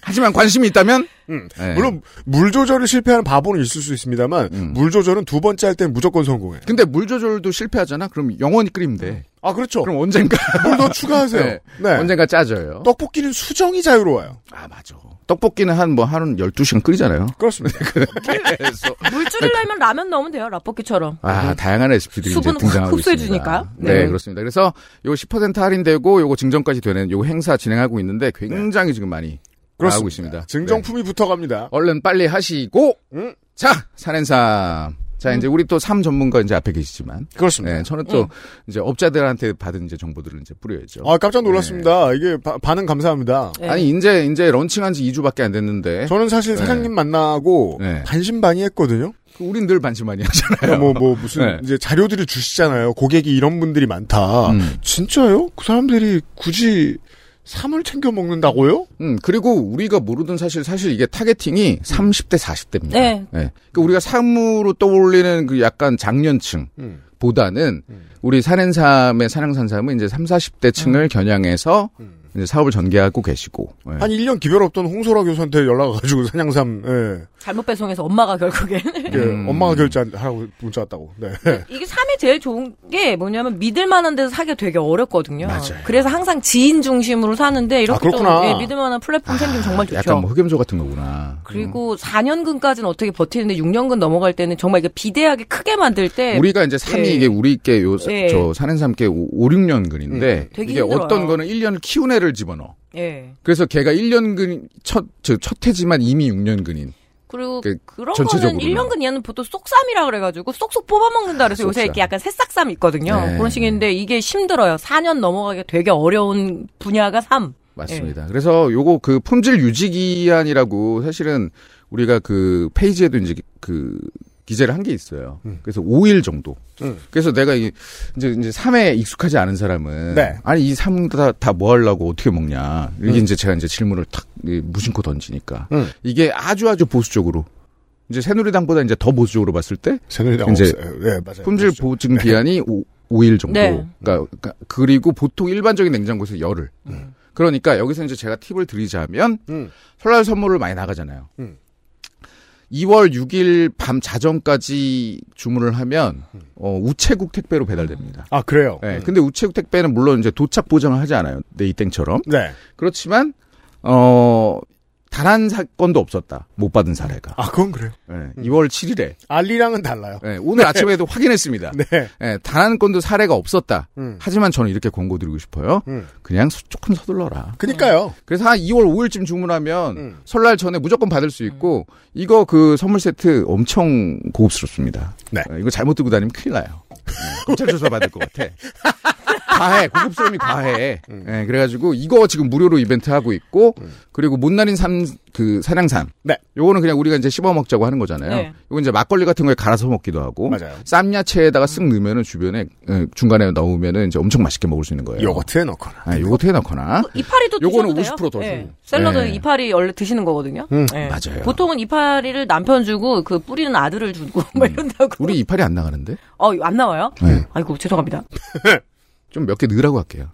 Speaker 7: 하지만 관심이 있다면
Speaker 4: 음.
Speaker 7: 네.
Speaker 4: 물론 물 조절을 실패하는 바보는 있을 수 있습니다만 물 조절은 두 번째 할 땐 무조건 성공해요.
Speaker 7: 음. 근데 물 조절도 실패하잖아. 그럼 영원히 끓이면 돼.
Speaker 4: 아 그렇죠.
Speaker 7: 그럼 언젠가 예,
Speaker 4: 물 더 추가하세요. 네.
Speaker 7: 언젠가 짜져요.
Speaker 4: 떡볶이는 수정이 자유로워요.
Speaker 7: 아 맞아. 떡볶이는 한 뭐 하루는 12시간 끓이잖아요. *laughs*
Speaker 4: 그렇습니다.
Speaker 7: 그래서
Speaker 3: 아,
Speaker 7: 네,
Speaker 3: 물 줄이려면 라면 넣으면 돼요. 라볶이처럼.
Speaker 7: 아, 다양한 레시피들이 이제
Speaker 3: 수분
Speaker 7: 등장하고
Speaker 3: 흡수해
Speaker 7: 있습니다.
Speaker 3: 주니까요.
Speaker 7: 네.
Speaker 3: 네.
Speaker 7: 그렇습니다. 그래서 요거 10% 할인되고 요거 증정까지 되는 요거 행사 진행하고 있는데 굉장히 지금 많이 나오고 있습니다. 네.
Speaker 4: 증정품이 붙어갑니다.
Speaker 7: 얼른 빨리 하시고 자, 산엔삼. 자, 이제 우리 또 삼 전문가 이제 앞에 계시지만
Speaker 4: 그렇습니다.
Speaker 7: 네, 저는 또 이제 업자들한테 받은 이제 정보들을 이제 뿌려야죠.
Speaker 4: 아 깜짝 놀랐습니다.
Speaker 7: 네.
Speaker 4: 이게 바- 반응 감사합니다.
Speaker 3: 네.
Speaker 7: 아니 이제 이제 런칭한 지 2주밖에 안 됐는데
Speaker 4: 저는 사실 사장님 만나고
Speaker 7: 네.
Speaker 4: 반신반의했거든요.
Speaker 7: 그 우린 늘 반신반의 하잖아요.
Speaker 4: 그러니까
Speaker 7: *laughs*
Speaker 4: 뭐, 뭐, 무슨,
Speaker 7: 네.
Speaker 4: 이제 자료들을 주시잖아요. 고객이 이런 분들이 많다.
Speaker 7: 음.
Speaker 4: 진짜요? 그 사람들이 굳이 삼을 챙겨 먹는다고요?
Speaker 7: 음, 그리고 우리가 모르던 사실, 사실 이게 타겟팅이 30대, 40대입니다.
Speaker 3: 네.
Speaker 7: 그러니까 우리가 삶으로 떠올리는 그 약간 장년층.
Speaker 4: 음.
Speaker 7: 보다는 우리 산행삼의 산양산삼은 이제 3, 40대 층을
Speaker 3: 음.
Speaker 7: 겨냥해서 이제 사업을 전개하고 계시고 예.
Speaker 4: 한 1년 기별 없던 홍소라 교수한테 연락 와가지고 산양삼, 예.
Speaker 3: 잘못 배송해서 엄마가 결국엔
Speaker 4: 이게
Speaker 7: 음.
Speaker 4: 엄마가 결제하라고 문자 왔다고. 네. *laughs*
Speaker 3: 이게 삶이 제일 좋은 게 뭐냐면 믿을 만한 데서 사기 되게 어렵거든요. 맞아요. 그래서 항상 지인 중심으로 사는데
Speaker 4: 아,
Speaker 3: 이렇게 또
Speaker 4: 그렇구나.
Speaker 3: 예, 믿을 만한 플랫폼 생기면 정말 좋죠.
Speaker 7: 약간 뭐 흑염소 같은 거구나.
Speaker 3: 그리고 4년근까지는 어떻게 버티는데 6년근 넘어갈 때는 정말 이게 비대하게 크게 만들 때
Speaker 7: 음. 우리가 이제 삶이
Speaker 3: 예.
Speaker 7: 이게 우리께 요,
Speaker 3: 예.
Speaker 7: 저, 산행삼께 5, 6년근인데,
Speaker 3: 네. 되게
Speaker 7: 이게
Speaker 3: 힘들어요.
Speaker 7: 어떤 거는 1년을 키운 애를 집어넣어.
Speaker 3: 예.
Speaker 7: 그래서 걔가 1년근, 첫, 저, 첫 해지만 이미 6년근인.
Speaker 3: 그리고
Speaker 7: 그,
Speaker 3: 그런 거는
Speaker 7: 전체적으로는.
Speaker 3: 1년근 이하는 보통 쏙쌈이라 그래가지고 쏙쏙 뽑아먹는다 그래서 요새
Speaker 7: 쏙쌈.
Speaker 3: 이렇게 약간 새싹쌈 있거든요.
Speaker 7: 네.
Speaker 3: 그런 식인데 이게 힘들어요. 4년 넘어가기 되게 어려운 분야가 삶.
Speaker 7: 맞습니다.
Speaker 4: 예.
Speaker 7: 그래서 요거 그 품질 유지 기한이라고 사실은 우리가 그 페이지에도 이제 그 기재를 한 게 있어요. 그래서 5일 정도.
Speaker 4: 음.
Speaker 7: 그래서 내가 이- 이제 이제 삶에 익숙하지 않은 사람은
Speaker 4: 네.
Speaker 7: 아니 이 삶 다 다 뭐 하려고 어떻게 먹냐. 이게 이제 제가 이제 질문을 탁 이, 무심코 던지니까
Speaker 4: 음.
Speaker 7: 이게 아주 아주 보수적으로 이제 새누리당보다 이제 더 보수적으로 봤을 때
Speaker 4: 새누리당
Speaker 7: 이제
Speaker 4: 없어요. 네, 맞아요.
Speaker 7: 품질
Speaker 4: 없죠.
Speaker 7: 보증 기한이 오 5일 정도.
Speaker 3: 네.
Speaker 7: 그러니까, 그러니까 그리고 보통 일반적인 냉장고에서 열흘. 그러니까 여기서 이제 제가 팁을 드리자면
Speaker 4: 음.
Speaker 7: 설날 선물을 많이 나가잖아요.
Speaker 4: 음.
Speaker 7: 2월 6일 밤 자정까지 주문을 하면
Speaker 4: 음.
Speaker 7: 어, 우체국 택배로 배달됩니다.
Speaker 4: 아, 그래요?
Speaker 7: 네, 근데 우체국 택배는 물론 이제 도착 보장을 하지 않아요. 네이땡처럼.
Speaker 4: 네.
Speaker 7: 그렇지만 어, 단 한 사건도 없었다. 못 받은 사례가.
Speaker 4: 아, 그건 그래요.
Speaker 7: 네, 2월 7일에 네,
Speaker 4: 알리랑은 달라요.
Speaker 7: 오늘 아침에도 확인했습니다.
Speaker 4: *laughs* 네.
Speaker 7: 예, 단 한 건도 사례가 없었다.
Speaker 4: 음.
Speaker 7: 하지만 저는 이렇게 권고드리고 싶어요.
Speaker 4: 음.
Speaker 7: 그냥 수- 조금 서둘러라.
Speaker 4: 그니까요.
Speaker 7: 그래서 한 2월 5일쯤 주문하면
Speaker 4: 음.
Speaker 7: 설날 전에 무조건 받을 수 있고 이거 그 선물 세트 엄청 고급스럽습니다.
Speaker 4: 네.
Speaker 7: 예, 이거 잘못 들고 다니면 큰일 나요. 예, 검찰 조사 받을 것 같아. 과해 고급스러움이 과해.
Speaker 4: 음.
Speaker 7: 예, 그래가지고 이거 지금 무료로 이벤트 하고 있고 그리고 못날인 삼 그 사냥삼.
Speaker 4: 네.
Speaker 7: 요거는 그냥 우리가 이제 씹어 먹자고 하는 거잖아요.
Speaker 3: 네.
Speaker 7: 요거 이제 막걸리 같은 거에 갈아서 먹기도 하고.
Speaker 4: 맞아요.
Speaker 7: 쌈야채에다가 쓱 넣으면은 주변에 어, 중간에 넣으면은 이제 엄청 맛있게 먹을 수 있는 거예요.
Speaker 4: 요거트에 넣거나.
Speaker 7: 아, 요거트에 넣거나
Speaker 3: 이파리도
Speaker 7: 요거는
Speaker 3: 드셔도 돼요.
Speaker 7: 50%더
Speaker 3: 예.
Speaker 7: 주고.
Speaker 3: 샐러드
Speaker 7: 예.
Speaker 3: 이파리 원래 드시는 거거든요.
Speaker 4: 음,
Speaker 3: 예.
Speaker 7: 맞아요.
Speaker 3: 보통은 이파리를 남편 주고 그 뿌리는 아들을 주고 *laughs* 막 이런다고.
Speaker 7: 우리 이파리 안 나가는데
Speaker 3: 어안 나와요?
Speaker 7: 음. 네.
Speaker 3: 아이고 죄송합니다.
Speaker 7: 좀 몇 개 넣으라고 할게요.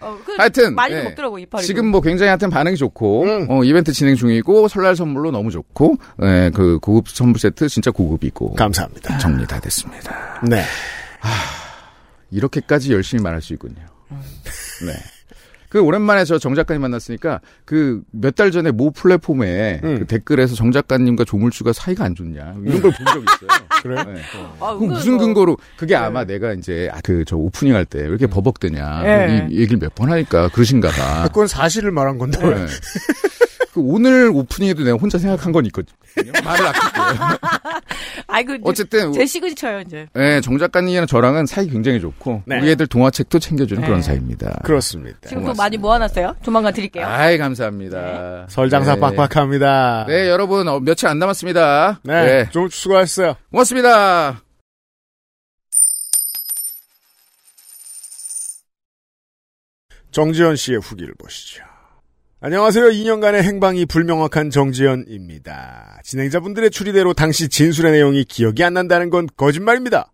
Speaker 3: 어, 그
Speaker 7: 하여튼
Speaker 3: 많이
Speaker 7: 예.
Speaker 3: 먹더라고 이파리.
Speaker 7: 지금 뭐 굉장히 하여튼 반응이 좋고
Speaker 4: 음.
Speaker 7: 어, 이벤트 진행 중이고 설날 선물로 너무 좋고 예, 그 고급 선물 세트 진짜 고급이고
Speaker 4: 감사합니다.
Speaker 7: 정리 다 됐습니다.
Speaker 4: 네.
Speaker 7: 이렇게까지 열심히 말할 수 있군요. 네. 그 오랜만에 저 정 작가님 만났으니까 그 몇 달 전에 모 플랫폼에
Speaker 4: 음.
Speaker 7: 그 댓글에서 정 작가님과 조물주가 사이가 안 좋냐 이런 걸 본 적이 *laughs* 있어요.
Speaker 4: 그래요?
Speaker 7: 네.
Speaker 3: 아,
Speaker 7: 그럼 무슨 근거로 네. 그게 아마 내가 이제 그 저 오프닝 할 때 왜
Speaker 4: 음.
Speaker 7: 이렇게 버벅대냐
Speaker 3: 네.
Speaker 7: 이 얘기를 몇 번 하니까 그러신가봐.
Speaker 4: 그건 사실을 말한 건데.
Speaker 7: 아. 네. 그 오늘 오프닝에도 내가 혼자 생각한 건 있거든요. 말을 아낄게요.
Speaker 3: 아이고 어쨌든
Speaker 7: 어쨌든
Speaker 3: 제 시그니처요 이제.
Speaker 7: 예, 정 작가님이랑 저랑은 사이 굉장히 좋고
Speaker 4: 네.
Speaker 7: 우리 애들 동화책도 챙겨주는
Speaker 3: 네.
Speaker 7: 그런 사이입니다.
Speaker 4: 그렇습니다.
Speaker 3: 지금도 많이 모아놨어요. 조만간 드릴게요.
Speaker 7: 아이 감사합니다.
Speaker 4: 설장사
Speaker 7: 네.
Speaker 4: 빡빡합니다.
Speaker 7: 네 여러분 어, 며칠 안 남았습니다.
Speaker 4: 네.
Speaker 7: 네.
Speaker 4: 좀 수고하셨어요.
Speaker 7: 고맙습니다.
Speaker 4: 정지현 씨의 후기를 보시죠. 안녕하세요. 2년간의 행방이 불명확한 정지현입니다. 진행자분들의 추리대로 당시 진술의 내용이 기억이 안 난다는 건 거짓말입니다.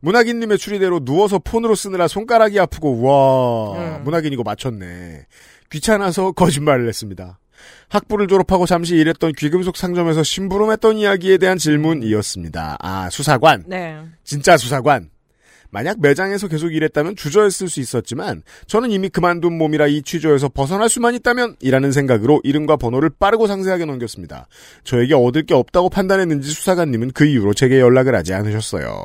Speaker 4: 문학인님의 추리대로 누워서 폰으로 쓰느라 손가락이 아프고 와
Speaker 3: 음.
Speaker 4: 문학인 이거 맞췄네. 귀찮아서 거짓말을 했습니다. 학부를 졸업하고 잠시 일했던 귀금속 상점에서 심부름했던 이야기에 대한 질문이었습니다. 아 수사관.
Speaker 3: 네.
Speaker 4: 진짜 수사관. 만약 매장에서 계속 일했다면 주저했을 수 있었지만 저는 이미 그만둔 몸이라 이 취조에서 벗어날 수만 있다면 이라는 생각으로 이름과 번호를 빠르고 상세하게 넘겼습니다. 저에게 얻을 게 없다고 판단했는지 수사관님은 그 이후로 제게 연락을 하지 않으셨어요.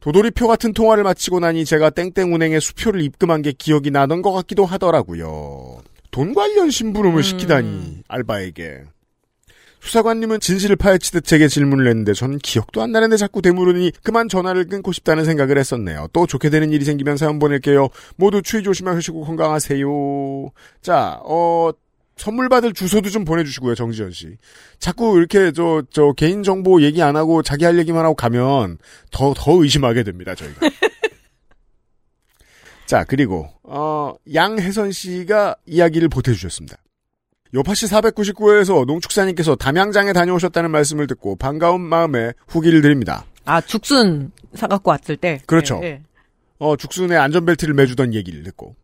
Speaker 4: 도돌이표 같은 통화를 마치고 나니 제가 땡땡은행에 수표를 입금한 게 기억이 나던 것 같기도 하더라고요. 돈 관련 심부름을 시키다니 알바에게. 수사관님은 진실을 파헤치듯 제게 질문을 했는데 저는 기억도 안 나는데 자꾸 되물으니 그만 전화를 끊고 싶다는 생각을 했었네요. 또 좋게 되는 일이 생기면 사연 보낼게요. 모두 추위 조심하시고 건강하세요. 자, 어, 선물 받을 주소도 좀 보내주시고요, 정지현 씨. 자꾸 이렇게 저, 저 개인 정보 얘기 안 하고 자기 할 얘기만 하고 가면 더, 더 의심하게 됩니다, 저희가. 자, 그리고, 어, 양혜선 씨가 이야기를 보태주셨습니다. 요파시 499회에서 농축사님께서 담양장에 다녀오셨다는 말씀을 듣고 반가운 마음에 후기를 드립니다.
Speaker 3: 아, 죽순 사갖고 왔을 때.
Speaker 4: 그렇죠.
Speaker 3: 예, 예.
Speaker 4: 어, 죽순에 안전벨트를 매주던 얘기를 듣고.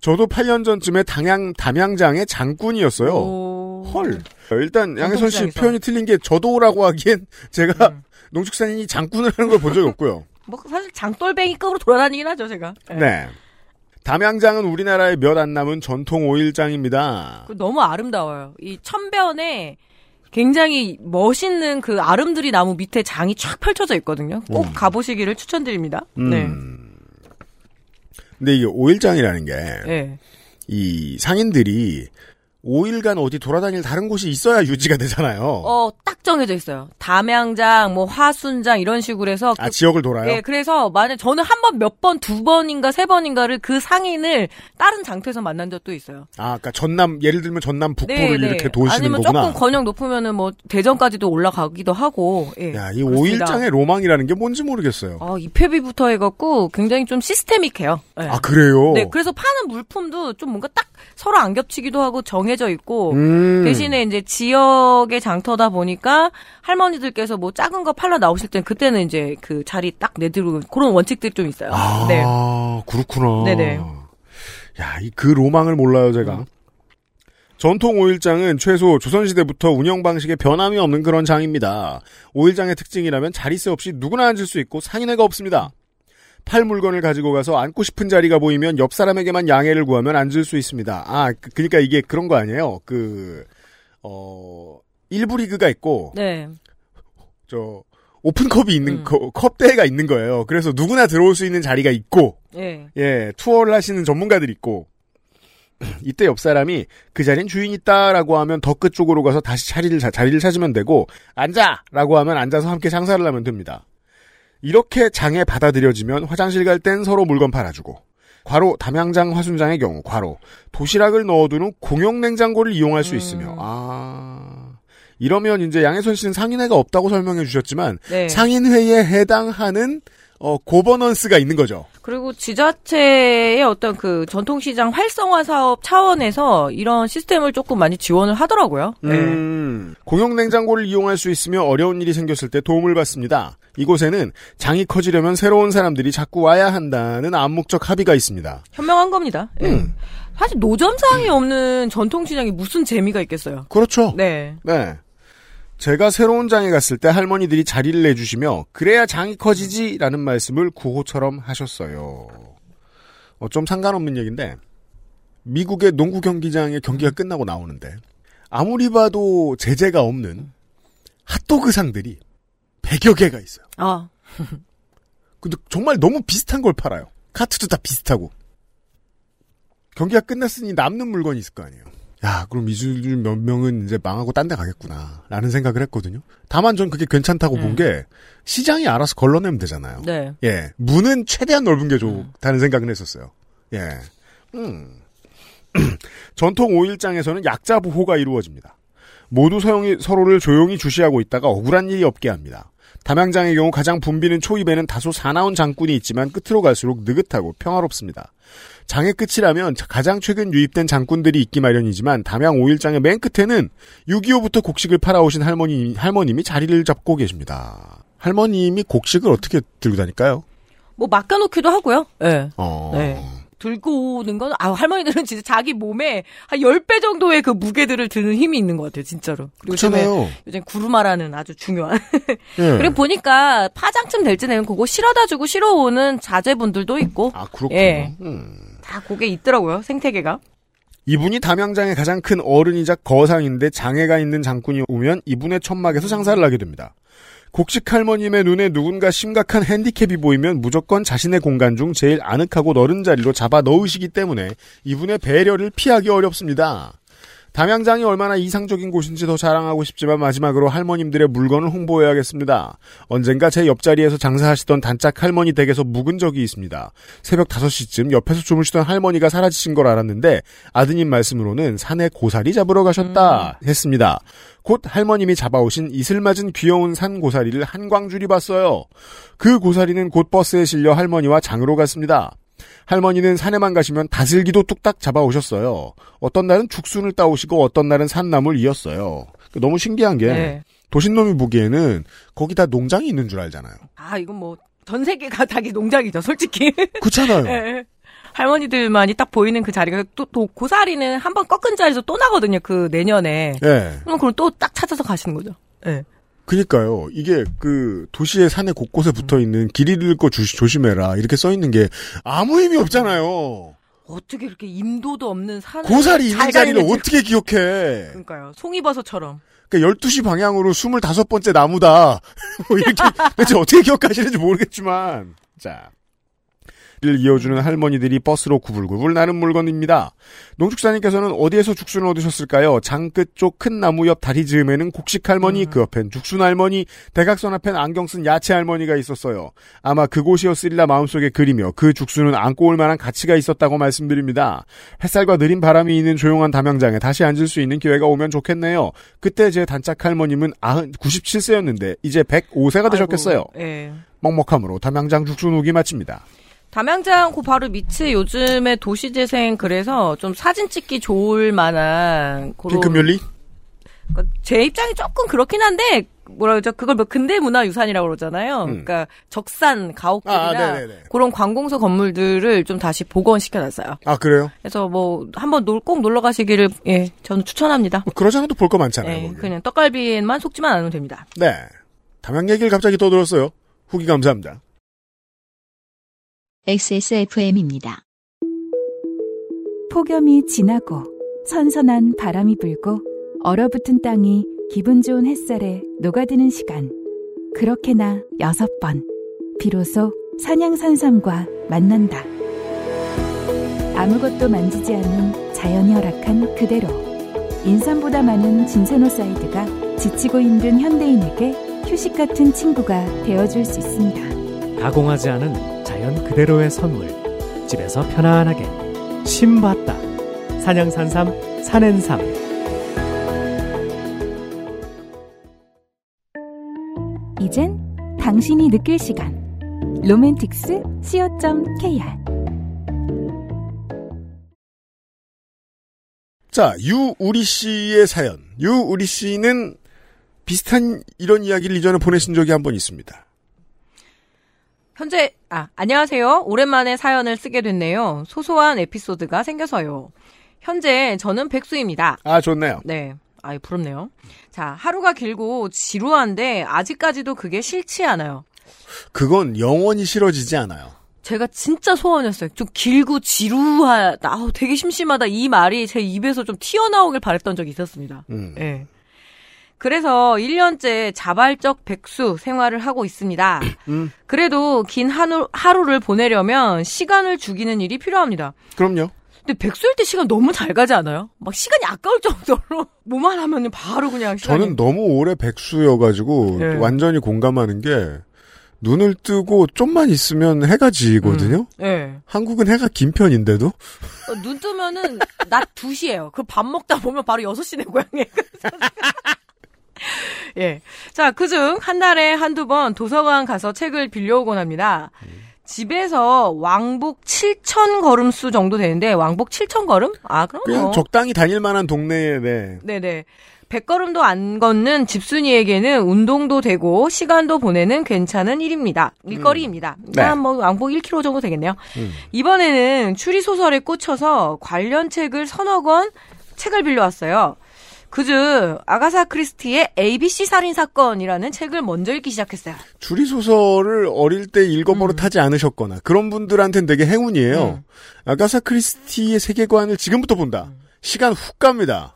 Speaker 4: 저도 8년 전쯤에 담양, 담양장의 장군이었어요.
Speaker 3: 오.
Speaker 4: 헐. 어, 일단 양혜선 씨
Speaker 3: 전통시장에서.
Speaker 4: 표현이 틀린 게 저도라고 하기엔 *laughs* 제가
Speaker 3: 음.
Speaker 4: 농축산인이 장군을 하는 걸 본 적이 없고요.
Speaker 3: 뭐, 사실 장돌뱅이급으로 돌아다니긴 하죠, 제가. 예.
Speaker 4: 네. 담양장은 우리나라에 몇 안 남은 전통 오일장입니다.
Speaker 3: 그 너무 아름다워요. 이 천변에 굉장히 멋있는 그 아름드리 나무 밑에 장이 쫙 펼쳐져 있거든요. 꼭 가보시기를 추천드립니다. 네.
Speaker 4: 음. 근데 이게 오일장이라는
Speaker 3: 예.
Speaker 4: 게, 이 상인들이 5일간 어디 돌아다닐 다른 곳이 있어야 유지가 되잖아요.
Speaker 3: 어, 딱 정해져 있어요. 담양장, 뭐 화순장 이런 식으로 해서
Speaker 4: 아, 지역을 돌아요?
Speaker 3: 예, 그래서 만약 저는 한 번, 몇 번, 두 번인가 세 번인가를 그 상인을 다른 장터에서 만난 적도 있어요.
Speaker 4: 아, 그니까 전남, 예를 들면 전남 북부를 이렇게 도시는
Speaker 3: 네, 아니면
Speaker 4: 거구나.
Speaker 3: 조금 권역 높으면은 뭐 대전까지도 올라가기도 하고. 예.
Speaker 4: 야, 이
Speaker 3: 그렇습니다.
Speaker 4: 오일장의 로망이라는 게 뭔지 모르겠어요.
Speaker 3: 어, 입회비부터 해갖고 굉장히 좀 시스테믹해요. 예.
Speaker 4: 아, 그래요?
Speaker 3: 네, 그래서 파는 물품도 좀 뭔가 딱 서로 안 겹치기도 하고 정해져 있고
Speaker 4: 음.
Speaker 3: 대신에 이제 지역의 장터다 보니까 할머니들께서 뭐 작은 거 팔러 나오실 땐 그때는 이제 그 자리 딱 내두르고 그런 원칙들이 좀 있어요.
Speaker 4: 아,
Speaker 3: 네.
Speaker 4: 그렇구나.
Speaker 3: 네네. 음.
Speaker 4: 야, 이 그 로망을 몰라요, 제가. 전통 오일장은 최소 조선시대부터 운영 방식에 변함이 없는 그런 장입니다. 오일장의 특징이라면 자리세 없이 누구나 앉을 수 있고 상인회가 없습니다. 팔 물건을 가지고 가서 앉고 싶은 자리가 보이면 옆 사람에게만 양해를 구하면 앉을 수 있습니다. 아, 그, 그니까 이게 그런 거 아니에요? 그, 어, 일부 리그가 있고,
Speaker 3: 네.
Speaker 4: 저, 오픈컵이 있는,
Speaker 3: 음.
Speaker 4: 컵- 컵대회가 있는 거예요. 그래서 누구나 들어올 수 있는 자리가 있고,
Speaker 3: 예.
Speaker 4: 예, 투어를 하시는 전문가들이 있고, *clears throat* 이때 옆 사람이 그 자리엔 주인 있다라고 하면 더 끝 쪽으로 가서 다시 자리를, 자- 자리를 찾으면 되고, 앉아! 라고 하면 앉아서 함께 장사를 하면 됩니다. 이렇게 장에 받아들여지면 화장실 갈 땐 서로 물건 팔아주고, 과로 담양장 화순장의 경우 과로 도시락을 넣어두는 공용 냉장고를 이용할 수 있으며
Speaker 3: 음.
Speaker 4: 아 이러면 이제 양혜선 씨는 상인회가 없다고 설명해 주셨지만
Speaker 3: 네.
Speaker 4: 상인회에 해당하는 어, 고버넌스가 있는 거죠.
Speaker 3: 그리고 지자체의 어떤 그 전통시장 활성화 사업 차원에서 이런 시스템을 조금 많이 지원을 하더라고요. 네.
Speaker 4: 음, 공용 냉장고를 이용할 수 있으며 어려운 일이 생겼을 때 도움을 받습니다. 이곳에는 장이 커지려면 새로운 사람들이 자꾸 와야 한다는 암묵적 합의가 있습니다.
Speaker 3: 현명한 겁니다. 예.
Speaker 4: 음.
Speaker 3: 사실 노점상이 없는 전통시장이 무슨 재미가 있겠어요.
Speaker 4: 그렇죠.
Speaker 3: 네.
Speaker 4: 네. 제가 새로운 장에 갔을 때 할머니들이 자리를 내주시며 그래야 장이 커지지라는 말씀을 구호처럼 하셨어요. 어, 좀 상관없는 얘기인데 미국의 농구 경기장에 경기가 끝나고 나오는데 아무리 봐도 제재가 없는 핫도그 상들이 100여 개가 있어요.
Speaker 3: 아,
Speaker 4: 근데 정말 너무 비슷한 걸 팔아요. 카트도 다 비슷하고. 경기가 끝났으니 남는 물건이 있을 거 아니에요. 야, 그럼 이중 몇 명은 이제 망하고 딴 데 가겠구나. 라는 생각을 했거든요. 다만 전 그게 괜찮다고
Speaker 3: 음.
Speaker 4: 본 게 시장이 알아서 걸러내면 되잖아요.
Speaker 3: 네.
Speaker 4: 예. 문은 최대한 넓은 게 좋다는 생각은 했었어요. 예. 음. *clears throat* 전통 오일장에서는 약자 보호가 이루어집니다. 모두 서용이- 서로를 조용히 주시하고 있다가 억울한 일이 없게 합니다. 담양장의 경우 가장 붐비는 초입에는 다소 사나운 장군이 있지만 끝으로 갈수록 느긋하고 평화롭습니다. 장의 끝이라면 가장 최근 유입된 장군들이 있기 마련이지만 담양 오일장의 맨 끝에는 6.25부터 곡식을 팔아오신 할머니, 할머님이 자리를 잡고 계십니다. 할머님이 곡식을 어떻게 들고 다닐까요?
Speaker 3: 뭐 맡겨놓기도 하고요. 네.
Speaker 4: 어.
Speaker 3: 네. 들고 오는 건, 아, 할머니들은 진짜 자기 몸에 한 10배 정도의 그 무게들을 드는 힘이 있는 것 같아요, 진짜로. 그리고 요즘에,
Speaker 4: 그렇잖아요.
Speaker 3: 요즘 구루마라는 아주 중요한.
Speaker 4: 예.
Speaker 3: 그리고 보니까 파장쯤 될 때는 그거 실어다 주고 실어오는 자제분들도 있고,
Speaker 4: 아, 그렇군요.
Speaker 3: 예.
Speaker 4: 음.
Speaker 3: 다 그게 있더라고요, 생태계가.
Speaker 4: 이분이 담양장의 가장 큰 어른이자 거상인데 장애가 있는 장군이 오면 이분의 천막에서 장사를 하게 됩니다. 곡식 할머님의 눈에 누군가 심각한 핸디캡이 보이면 무조건 자신의 공간 중 제일 아늑하고 너른 자리로 잡아 넣으시기 때문에 이분의 배려를 피하기 어렵습니다. 담양장이 얼마나 이상적인 곳인지 더 자랑하고 싶지만 마지막으로 할머님들의 물건을 홍보해야겠습니다. 언젠가 제 옆자리에서 장사하시던 단짝 할머니 댁에서 묵은 적이 있습니다. 새벽 5시쯤 옆에서 주무시던 할머니가 사라지신 걸 알았는데 아드님 말씀으로는 산에 고사리 잡으러 가셨다 했습니다. 곧 할머님이 잡아오신 이슬 맞은 귀여운 산 고사리를 한광줄이 봤어요. 그 고사리는 곧 버스에 실려 할머니와 장으로 갔습니다. 할머니는 산에만 가시면 다슬기도 뚝딱 잡아오셨어요. 어떤 날은 죽순을 따오시고 어떤 날은 산나물 이었어요. 너무 신기한 게
Speaker 3: 네.
Speaker 4: 도신놈이 보기에는 거기 다 농장이 있는 줄 알잖아요.
Speaker 3: 아, 이건 뭐 전 세계가 *laughs* 자기 농장이죠, 솔직히.
Speaker 4: 그렇잖아요.
Speaker 3: 예. 할머니들만이 딱 보이는 그 자리가 또, 또 고사리는 한 번 꺾은 자리에서 또 나거든요. 그 내년에.
Speaker 4: 예.
Speaker 3: 그럼 그걸 또 딱 찾아서 가시는 거죠. 예.
Speaker 4: 그니까요. 이게 그 도시의 산에 곳곳에 붙어 있는 길 잃을 거 주- 조심해라 이렇게 써 있는 게 아무 의미 없잖아요.
Speaker 3: 어떻게 이렇게 임도도 없는 산을 잘
Speaker 4: 고사리 있는 자리를
Speaker 3: 가리는지.
Speaker 4: 어떻게 기억해?
Speaker 3: 그러니까요. 송이버섯처럼.
Speaker 4: 그러니까 12시 방향으로 25번째 나무다. *laughs* 뭐 이렇게 대체 어떻게 기억하시는지 모르겠지만. 자. 를 이어주는 할머니들이 버스로 구불구불 나는 물건입니다. 농축사님께서는 어디에서 죽순을 얻으셨을까요? 장끝 쪽 큰 나무 옆 다리 즈음에는 곡식 할머니, 그 옆엔 죽순 할머니, 대각선 앞엔 안경 쓴 야채 할머니가 있었어요. 아마 그곳이었으리라 마음속에 그리며 그 죽순은 안고 올 만한 가치가 있었다고 말씀드립니다. 햇살과 느린 바람이 있는 조용한 담양장에 다시 앉을 수 있는 기회가 오면 좋겠네요. 그때 제 단짝 할머님은 97세였는데 이제 105세가 되셨겠어요.
Speaker 3: 아이고, 예.
Speaker 4: 먹먹함으로 담양장 죽순 오기 마칩니다.
Speaker 3: 담양장 그 바로 밑에 요즘에 도시재생 그래서 좀 사진 찍기 좋을 만한 그런
Speaker 4: 핑크뮬리?
Speaker 3: 그러니까 제 입장이 조금 그렇긴 한데 뭐라 그러죠? 그걸 뭐 근대 문화 유산이라고 그러잖아요. 그러니까 적산
Speaker 4: 음. 아,
Speaker 3: 가옥길이나
Speaker 4: 네네네.
Speaker 3: 그런 관공서 건물들을 좀 다시 복원시켜 놨어요.
Speaker 4: 아 그래요?
Speaker 3: 그래서 뭐 한번 놀, 꼭 놀러 가시기를 예, 저는 추천합니다.
Speaker 4: 뭐 그러지 않아도 볼 거 많잖아요.
Speaker 3: 예,
Speaker 4: 네, 거기.
Speaker 3: 그냥 떡갈비에만 속지만 않으면 됩니다.
Speaker 4: 네. 담양 얘기를 갑자기 떠들었어요. 후기 감사합니다.
Speaker 2: XSFM입니다.
Speaker 5: 폭염이 지나고 선선한 바람이 불고 얼어붙은 땅이 기분 좋은 햇살에 녹아드는 시간. 그렇게나 여섯 번. 비로소 산양산삼과 만난다. 아무것도 만지지 않은 자연이 허락한 그대로 인삼보다 많은 진세노사이드가 지치고 힘든 현대인에게 휴식 같은 친구가 되어줄 수 있습니다.
Speaker 9: 가공하지 않은 자연 그대로의 선물 집에서 편안하게 심봤다 산양산삼 산엔삼
Speaker 5: 이젠 당신이 느낄 시간 로맨틱스 co.kr
Speaker 4: 자, 유우리 씨의 사연. 유우리 씨는 비슷한 이런 이야기를 이전에 보내신 적이 한 번 있습니다.
Speaker 3: 현재 아 안녕하세요. 오랜만에 사연을 쓰게 됐네요. 소소한 에피소드가 생겨서요. 현재 저는 백수입니다.
Speaker 4: 아, 좋네요.
Speaker 3: 네. 아이 부럽네요. 자, 하루가 길고 지루한데 아직까지도 그게 싫지 않아요.
Speaker 4: 그건 영원히 싫어지지 않아요.
Speaker 3: 제가 진짜 소원이었어요. 좀 길고 지루하다. 아우, 되게 심심하다. 이 말이 제 입에서 좀 튀어나오길 바랬던 적이 있었습니다.
Speaker 4: 음.
Speaker 3: 예. 그래서 1년째 자발적 백수 생활을 하고 있습니다.
Speaker 4: 음.
Speaker 3: 그래도 긴 하루, 하루를 보내려면 시간을 죽이는 일이 필요합니다.
Speaker 4: 그럼요.
Speaker 3: 근데 백수일 때 시간 너무 잘 가지 않아요? 막 시간이 아까울 정도로 *laughs* 뭐만 하면 바로 그냥 시간이
Speaker 4: 저는 너무 오래 백수여가지고
Speaker 3: 네.
Speaker 4: 완전히 공감하는 게 눈을 뜨고 좀만 있으면 해가 지거든요.
Speaker 3: 예.
Speaker 4: 한국은 해가 긴 편인데도
Speaker 3: 어, 눈 뜨면은 낮 2시예요. 그 밥 먹다 보면 바로 6시네 고양이. *laughs* 예. 자, 그중 한 달에 한두 번 도서관 가서 책을 빌려오곤 합니다. 집에서 왕복 7천 걸음수 정도 되는데 왕복 7천 걸음? 아, 그럼
Speaker 4: 그냥
Speaker 3: 뭐.
Speaker 4: 적당히 다닐 만한 동네에 네.
Speaker 3: 네네. 100걸음도 안 걷는 집순이에게는 운동도 되고 시간도 보내는 괜찮은 일입니다. 일거리입니다.
Speaker 4: 음. 네.
Speaker 3: 일단 뭐 왕복 1km 정도 되겠네요. 이번에는 추리 소설에 꽂혀서 관련 책을 서너 권 책을 빌려왔어요. 그중 아가사 크리스티의 ABC 살인 사건이라는 책을 먼저 읽기 시작했어요.
Speaker 4: 추리 소설을 어릴 때
Speaker 3: 음.
Speaker 4: 읽어버릇하지 않으셨거나 그런 분들한테는 되게 행운이에요. 아가사 크리스티의 세계관을 지금부터 본다.
Speaker 3: 음.
Speaker 4: 시간 훅 갑니다.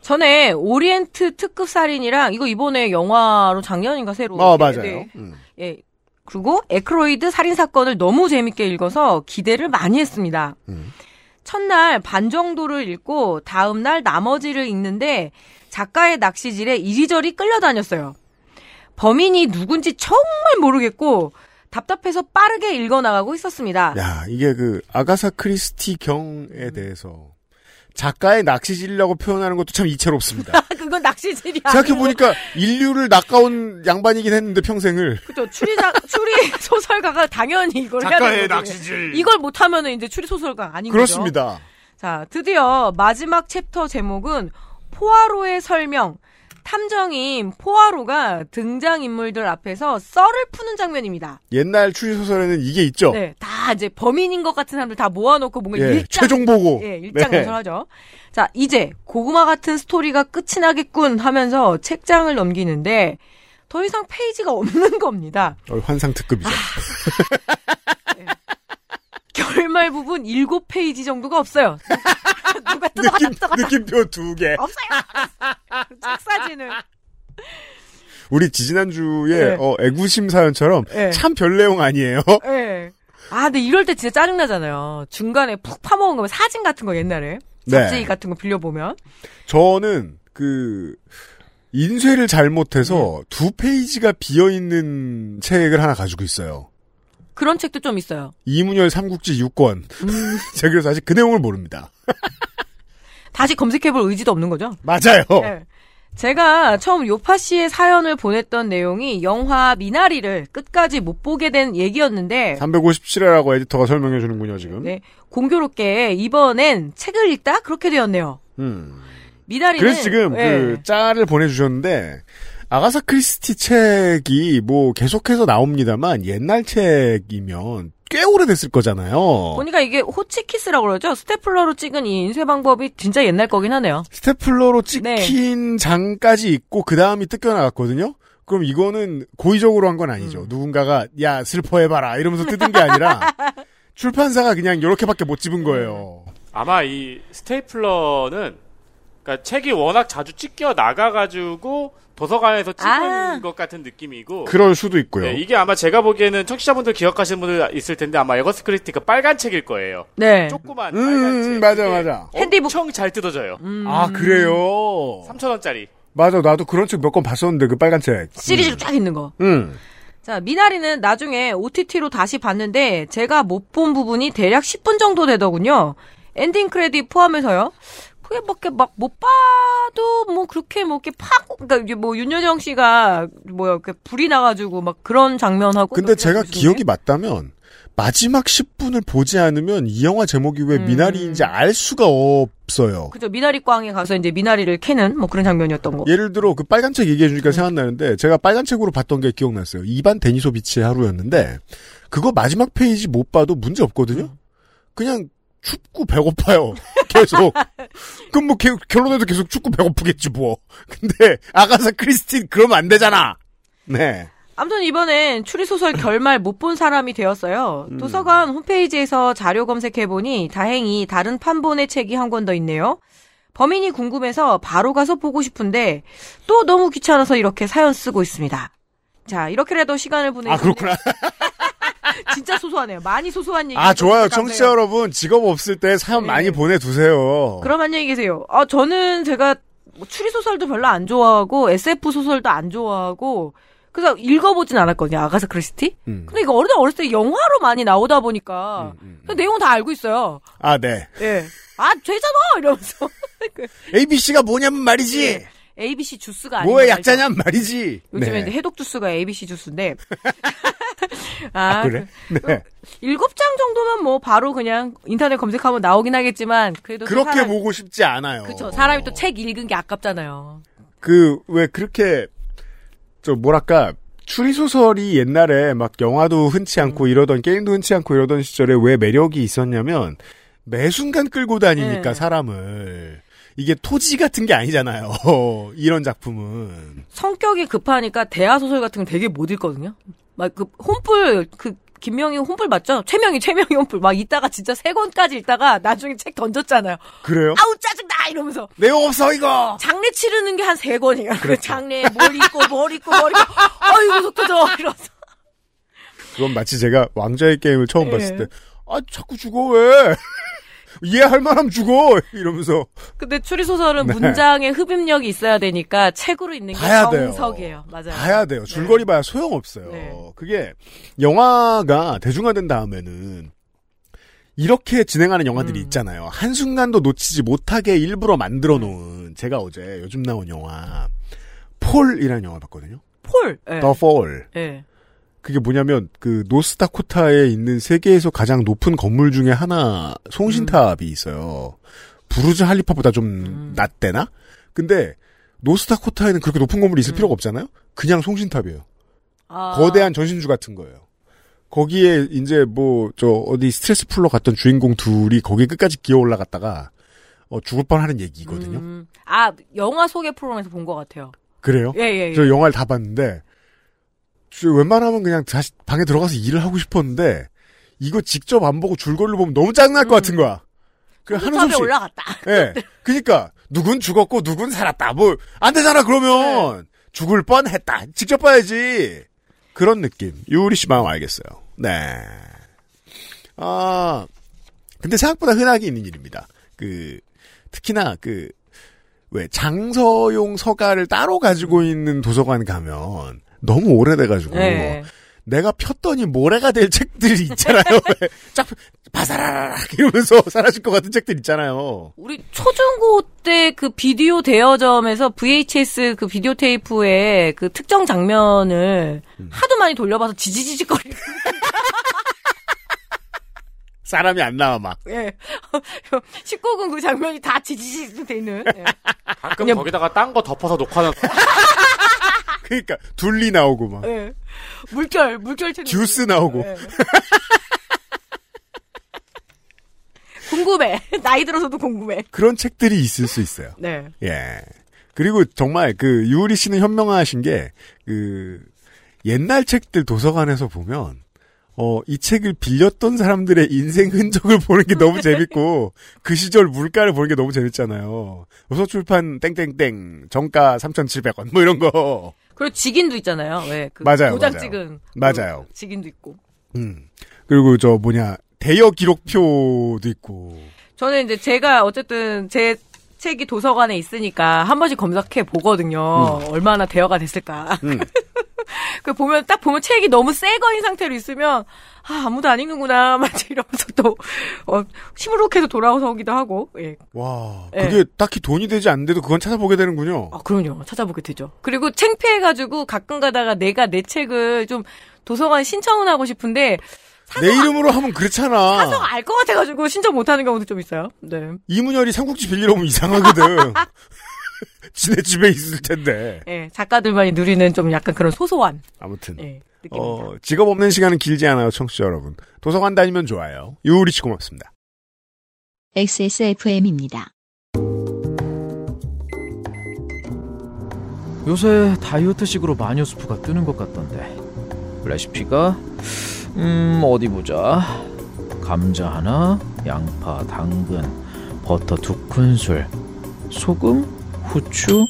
Speaker 3: 전에 오리엔트 특급 살인이랑 이거 이번에 영화로 작년인가 새로
Speaker 4: 어
Speaker 3: 네,
Speaker 4: 맞아요.
Speaker 3: 네.
Speaker 4: 음.
Speaker 3: 예. 그리고 에크로이드 살인 사건을 너무 재밌게 읽어서 기대를 많이 했습니다.
Speaker 4: 음.
Speaker 3: 첫날 반 정도를 읽고 다음 날 나머지를 읽는데 작가의 낚시질에 이리저리 끌려다녔어요. 범인이 누군지 정말 모르겠고 답답해서 빠르게 아. 읽어 나가고 있었습니다. 음.
Speaker 4: 야 이게 그 아가사 크리스티 경에 대해서 작가의 낚시질이라고 표현하는 것도 참 이채롭습니다.
Speaker 3: *laughs*
Speaker 4: *laughs*
Speaker 3: 그건 낚시질이 아니고
Speaker 4: 생각해 보니까 인류를 낚아온 양반이긴 했는데 평생을
Speaker 3: 그죠 추리자
Speaker 4: *laughs*
Speaker 3: 추리 소설가가 당연히 이걸 해야 되는 거죠. 이걸 못하면은 이제 추리 소설가 아닌 거죠.
Speaker 4: 그렇습니다.
Speaker 3: 자, 드디어 마지막 챕터 제목은 포아로의 설명. 탐정인 포아로가 등장인물들 앞에서 썰을 푸는 장면입니다.
Speaker 4: 옛날 추리 소설에는 이게 있죠.
Speaker 3: 네, 다 이제 범인인 것 같은 사람들 다 모아놓고 뭔가
Speaker 4: 어. 예,
Speaker 3: 일장,
Speaker 4: 최종 보고.
Speaker 3: 예, 일장
Speaker 4: 네.
Speaker 3: 연설하죠. 자, 이제 고구마 같은 스토리가 끝이 나겠군 하면서 책장을 넘기는데 더 이상 페이지가 없는 겁니다.
Speaker 4: 어, 환상 특급이죠.
Speaker 3: 아, 결말 부분 7페이지 정도가 없어요. *laughs* 누가 뜯어갔다
Speaker 4: 느낌
Speaker 3: 뜯어갔다
Speaker 4: 느낌표 두 개.
Speaker 3: 없어요. 책 사진을.
Speaker 4: 우리 지지난 주에 어,
Speaker 3: 네.
Speaker 4: 애구심 사연처럼
Speaker 3: 네.
Speaker 4: 참 별 내용 아니에요. *laughs*
Speaker 3: 예. 아, 근데 이럴 때 진짜 짜증나잖아요. 중간에 푹 파먹은 거, 사진 같은 거 옛날에.
Speaker 4: 네.
Speaker 3: 잡지 같은 거 빌려보면.
Speaker 4: 저는 그 인쇄를
Speaker 3: 네.
Speaker 4: 잘못해서 두 페이지가 비어 있는 책을 하나 가지고 있어요.
Speaker 3: 그런 책도 좀 있어요. 음.
Speaker 4: 이문열 삼국지 6권. *laughs* 제가 그래서 아직 그 내용을 모릅니다.
Speaker 3: 다시 검색해볼 의지도 없는 거죠.
Speaker 4: 맞아요.
Speaker 3: 예. 제가 처음 요파 씨의 사연을 보냈던 내용이 영화 미나리를 끝까지 못 보게 된 얘기였는데,
Speaker 4: 357회라고 에디터가 설명해 주는군요, 지금.
Speaker 3: 네, 공교롭게 이번엔 책을 읽다 그렇게 되었네요.
Speaker 4: 음.
Speaker 3: 미나리는.
Speaker 4: 그래서 지금
Speaker 3: 예.
Speaker 4: 그 짤을 보내주셨는데 아가사 크리스티 책이 뭐 계속해서 나옵니다만 옛날 책이면 꽤 오래됐을 거잖아요.
Speaker 3: 보니까 이게 호치키스라고 그러죠? 스테플러로 찍은 이 인쇄 방법이 진짜 옛날 거긴 하네요.
Speaker 4: 스테플러로
Speaker 3: 네.
Speaker 4: 찍힌 장까지 있고 그 다음이 뜯겨나갔거든요. 그럼 이거는 고의적으로 한 건
Speaker 3: 음.
Speaker 4: 아니죠. 누군가가 야 슬퍼해봐라 이러면서 뜯은 게
Speaker 3: *laughs*
Speaker 4: 아니라 출판사가 그냥 요렇게밖에 못 집은 거예요.
Speaker 3: 음.
Speaker 8: 아마 이 스테이플러는 그러니까 책이 워낙 자주 찢겨 나가가지고 도서관에서 찍은
Speaker 3: 아.
Speaker 8: 것 같은 느낌이고
Speaker 4: 그럴 수도 있고요.
Speaker 8: 네, 이게 아마 제가 보기에는 청취자분들 기억하시는 분들 있을 텐데 아마 에거스 크리스티가 빨간 책일 거예요.
Speaker 3: 네.
Speaker 8: 조그만
Speaker 4: 음,
Speaker 8: 빨간 책.
Speaker 4: 음, 맞아,
Speaker 8: 이게
Speaker 4: 맞아.
Speaker 3: 핸디북.
Speaker 8: 엄청 잘 뜯어져요.
Speaker 4: 아 그래요.
Speaker 8: 3,000원짜리.
Speaker 4: 맞아 나도 그런 책 몇 권 봤었는데 그 빨간 책.
Speaker 3: 시리즈로 쫙 있는 거.
Speaker 4: 음.
Speaker 3: 자, 미나리는 나중에 OTT로 다시 봤는데 제가 못 본 부분이 대략 10분 정도 되더군요. 엔딩 크레딧 포함해서요. 그게 막게 막 못 봐도 뭐 그렇게 뭐 이렇게 팍 그러니까 이게 뭐 윤여정 씨가 뭐야 이렇게 불이 나가지고 막 그런 장면하고
Speaker 4: 근데 제가
Speaker 3: 그중에
Speaker 4: 기억이 맞다면 마지막 10분을 보지 않으면 이 영화 제목이 왜
Speaker 3: 음.
Speaker 4: 미나리인지 알 수가 없어요.
Speaker 3: 그죠 미나리 꽝에 가서 이제 미나리를 캐는 뭐 그런 장면이었던 거.
Speaker 4: 예를 들어 그 빨간 책 얘기해 주니까 생각나는데 제가 빨간 책으로 봤던 게 기억났어요. 이반 데니소비치의 하루였는데 그거 마지막 페이지 못 봐도 문제 없거든요. 그냥 춥고 배고파요. *laughs* 계속. 그럼 뭐 개- 결론에도 계속 춥고 배고프겠지 뭐. 근데 아가사 크리스틴 그러면 안 되잖아. 네.
Speaker 3: 아무튼 이번엔 추리소설 결말 못 본 사람이 되었어요.
Speaker 4: 음.
Speaker 3: 도서관 홈페이지에서 자료 검색해보니 다행히 다른 판본의 책이 한 권 더 있네요. 범인이 궁금해서 바로 가서 보고 싶은데 또 너무 귀찮아서 이렇게 사연 쓰고 있습니다. 자, 이렇게라도 시간을 보내는
Speaker 4: 아 그렇구나.
Speaker 3: *laughs* 진짜 소소하네요. 많이 소소한 얘기.
Speaker 4: 아 좋아요. 청취자 여러분 직업 없을 때 사연 많이 보내두세요.
Speaker 3: 네. 그럼 안녕히 계세요. 아, 저는 제가 뭐 추리소설도 별로 안 좋아하고 SF 소설도 안 좋아하고 그래서 읽어보진 않았거든요. 아가사 크리스티?
Speaker 4: 음.
Speaker 3: 근데 이거 어렸을 때 어렸을 때 영화로 많이 나오다 보니까 그 내용 다 알고 있어요.
Speaker 4: 아 네.
Speaker 3: 예. 아 죄잖아 이러면서 *laughs*
Speaker 4: ABC가 뭐냐면 말이지.
Speaker 3: ABC 주스가 네. 아니고
Speaker 4: 뭐의 약자냐면 말이지.
Speaker 3: 요즘에
Speaker 4: 네.
Speaker 3: 이제 해독 주스가 ABC 주스인데
Speaker 4: *laughs* 아, 그래? 네.
Speaker 3: 일곱 장 정도면 뭐 바로 그냥 인터넷 검색하면 나오긴 하겠지만 그래도 또
Speaker 4: 그렇게 뭐-
Speaker 3: 사람,
Speaker 4: 보고 싶지 않아요.
Speaker 3: 그쵸 사람이 또 책 읽은 게 아깝잖아요.
Speaker 4: 그 왜 그렇게 저 뭐랄까 추리 소설이 옛날에 막 영화도 흔치 않고
Speaker 3: 음.
Speaker 4: 이러던 게임도 흔치 않고 이러던 시절에 왜 매력이 있었냐면 매 순간 끌고 다니니까
Speaker 3: 네.
Speaker 4: 사람을 이게 토지 같은 게 아니잖아요. *laughs* 이런 작품은
Speaker 3: 성격이 급하니까 대하 소설 같은 건 되게 못 읽거든요. 막 그 혼불 그 김명희 혼불 맞죠? 최명희 최명희 혼불 막 있다가 진짜 세 권까지 읽다가 나중에 책 던졌잖아요.
Speaker 4: 그래요?
Speaker 3: 아우 짜증나 이러면서
Speaker 4: 내용 없어 이거.
Speaker 3: 장례 치르는 게 한 세 권이에요.
Speaker 4: 그렇죠.
Speaker 3: 그 *laughs* 장례 뭘 입고 뭘 입고 뭘 입고 어이구 속 터져 이러면서
Speaker 4: 그건 마치 제가 왕좌의 게임을 처음
Speaker 3: 예.
Speaker 4: 봤을 때, 아, 자꾸 죽어, 왜? *laughs* 이해할 만하면 죽어! 이러면서.
Speaker 3: 근데 추리소설은 문장의 흡입력이 있어야 되니까 책으로 있는 게
Speaker 4: 네. 봐야 돼요.
Speaker 3: 정석이에요. 맞아요.
Speaker 4: 봐야 돼요. 줄거리 봐야 소용없어요.
Speaker 3: 네.
Speaker 4: 그게, 영화가 대중화된 다음에는, 이렇게 진행하는 영화들이
Speaker 3: 음.
Speaker 4: 있잖아요. 한순간도 놓치지 못하게 일부러 만들어 놓은 제가 어제 요즘 나온 영화 폴이라는 영화 봤거든요.
Speaker 3: 폴. 예.
Speaker 4: The Fall.
Speaker 3: 예.
Speaker 4: 그게 뭐냐면 그 노스다코타에 있는 세계에서 가장 높은 건물 중에 하나
Speaker 3: 음.
Speaker 4: 송신탑이 있어요. 부르즈 할리파보다 좀 낮대나? 근데 노스다코타에는 그렇게 높은 건물이 있을 필요가 없잖아요. 그냥 송신탑이에요.
Speaker 3: 음. 아.
Speaker 4: 거대한 전신주 같은 거예요. 거기에 이제 뭐 저 어디 스트레스 풀러 갔던 주인공 둘이 거기 끝까지 기어 올라갔다가 어 죽을 뻔하는 얘기거든요.
Speaker 3: 음. 아, 영화 소개 프로그램에서 본 것 같아요.
Speaker 4: 그래요?
Speaker 3: 예, 예, 예.
Speaker 4: 저 영화를 다 봤는데 저 웬만하면 그냥 다시 방에 들어가서 일을 하고 싶었는데 이거 직접 안 보고 줄거리를 보면 너무 짜증날 것 같은 거야. 그 하는
Speaker 3: 탑에
Speaker 4: 솜씨.
Speaker 3: 음. 올라갔다.
Speaker 4: 예. 그러니까 누군 죽었고 누군 살았다. 뭐 안 되잖아 그러면 죽을 뻔했다. 직접 봐야지. 그런 느낌. 유리 씨 마음 알겠어요. 네. 아 근데 생각보다 흔하게 있는 일입니다. 그 특히나 그 왜 장서용 서가를 따로 가지고 있는 도서관 가면 너무 오래돼가지고
Speaker 3: 예.
Speaker 4: 내가 폈더니 모래가 될 책들이 있잖아요. *laughs* 왜 쫙 바사라락 이러면서 사라질 것 같은 책들 있잖아요.
Speaker 3: 우리 초중고 때 그 비디오 대여점에서 VHS 그 비디오 테이프에 그 특정 장면을
Speaker 4: 음.
Speaker 3: 하도 많이 돌려봐서 지지지직거리고
Speaker 4: 사람이 안 나와 막.
Speaker 3: *laughs* 예. 19금 그 장면이 다 지지직 돼 있는. 예.
Speaker 8: 가끔
Speaker 3: 그냥-
Speaker 8: 거기다가 딴 거 덮어서 녹화는
Speaker 4: 그러니까 둘리 나오고 막
Speaker 3: 예. 물결, 물결 채널.
Speaker 4: 듀스 나오고.
Speaker 3: 예. *laughs* 궁금해. 나이 들어서도 궁금해.
Speaker 4: 그런 책들이 있을 수 있어요.
Speaker 3: 네.
Speaker 4: 예. 그리고 정말 그 유리 씨는 현명하신 게 그 옛날 책들 도서관에서 보면 어 이 책을 빌렸던 사람들의 인생 흔적을 *laughs* 보는 게 너무 재밌고 그 시절 물가를 보는 게 너무 재밌잖아요. 우서출판 땡땡땡 정가 3,700원 뭐 이런 거.
Speaker 3: 그리고 직인도 있잖아요. 왜? 그
Speaker 4: 맞아요,
Speaker 3: 도장
Speaker 4: 맞아요.
Speaker 3: 찍은.
Speaker 4: 맞아요.
Speaker 3: 그 직인도 있고.
Speaker 4: 음. 그리고 저 뭐냐 대여 기록표도 있고.
Speaker 3: 저는 이제 제가 어쨌든 제 책이 도서관에 있으니까 한 번씩 검색해 보거든요. 얼마나 대여가 됐을까.
Speaker 4: 음.
Speaker 3: *laughs* 그 보면 딱 보면 책이 너무 새 거인 상태로 있으면 아 아무도 안 읽는구나 *laughs* 막 이러면서 또 어, 시무룩해서 돌아오기도 오기도 하고 예.
Speaker 4: 와,
Speaker 3: 예.
Speaker 4: 그게 딱히 돈이 되지 않는데도 그건 찾아보게 되는군요.
Speaker 3: 아 그럼요 찾아보게 되죠. 그리고 창피해가지고 가끔 가다가 내가 내 책을 좀 도서관 신청은 하고 싶은데
Speaker 4: 내 이름으로 하면 그렇잖아.
Speaker 3: 사서 알 것 같아가지고 신청 못하는 경우도 좀 있어요. 네.
Speaker 4: 이문열이 삼국지 빌리러 오면 이상하거든. *laughs* 지네 집에 있을 텐데.
Speaker 3: 예, 작가들만이 누리는 좀 약간 그런 소소한
Speaker 4: 아무튼.
Speaker 3: 예, 느낌입니다.
Speaker 4: 어, 직업 없는 시간은 길지 않아요, 청취자 여러분. 도서관 다니면 좋아요. 유리 씨 고맙습니다.
Speaker 2: XSFM입니다.
Speaker 10: 요새 다이어트식으로 마녀 수프가 뜨는 것 같던데 레시피가 음 어디 보자 감자 하나 양파 당근 버터 두 큰술 소금 후추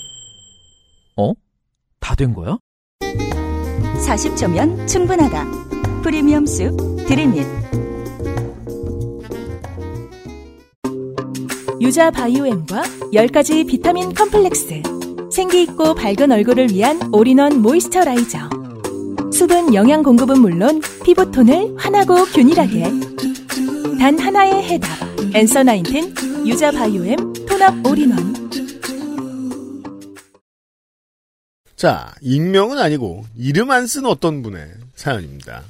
Speaker 10: 어? 다 된 거야?
Speaker 11: 40초면 충분하다. 프리미엄 숲 드림잇.
Speaker 5: 유자 바이오엠과 10가지 비타민 컴플렉스. 생기있고 밝은 얼굴을 위한 올인원 모이스처라이저. 수분 영양 공급은 물론 피부톤을 환하고 균일하게. 단 하나의 해답. 엔서 나인틴 유자 바이오엠 톤업 올인원.
Speaker 4: 자, 익명은 아니고, 이름 안 쓴 어떤 분의 사연입니다.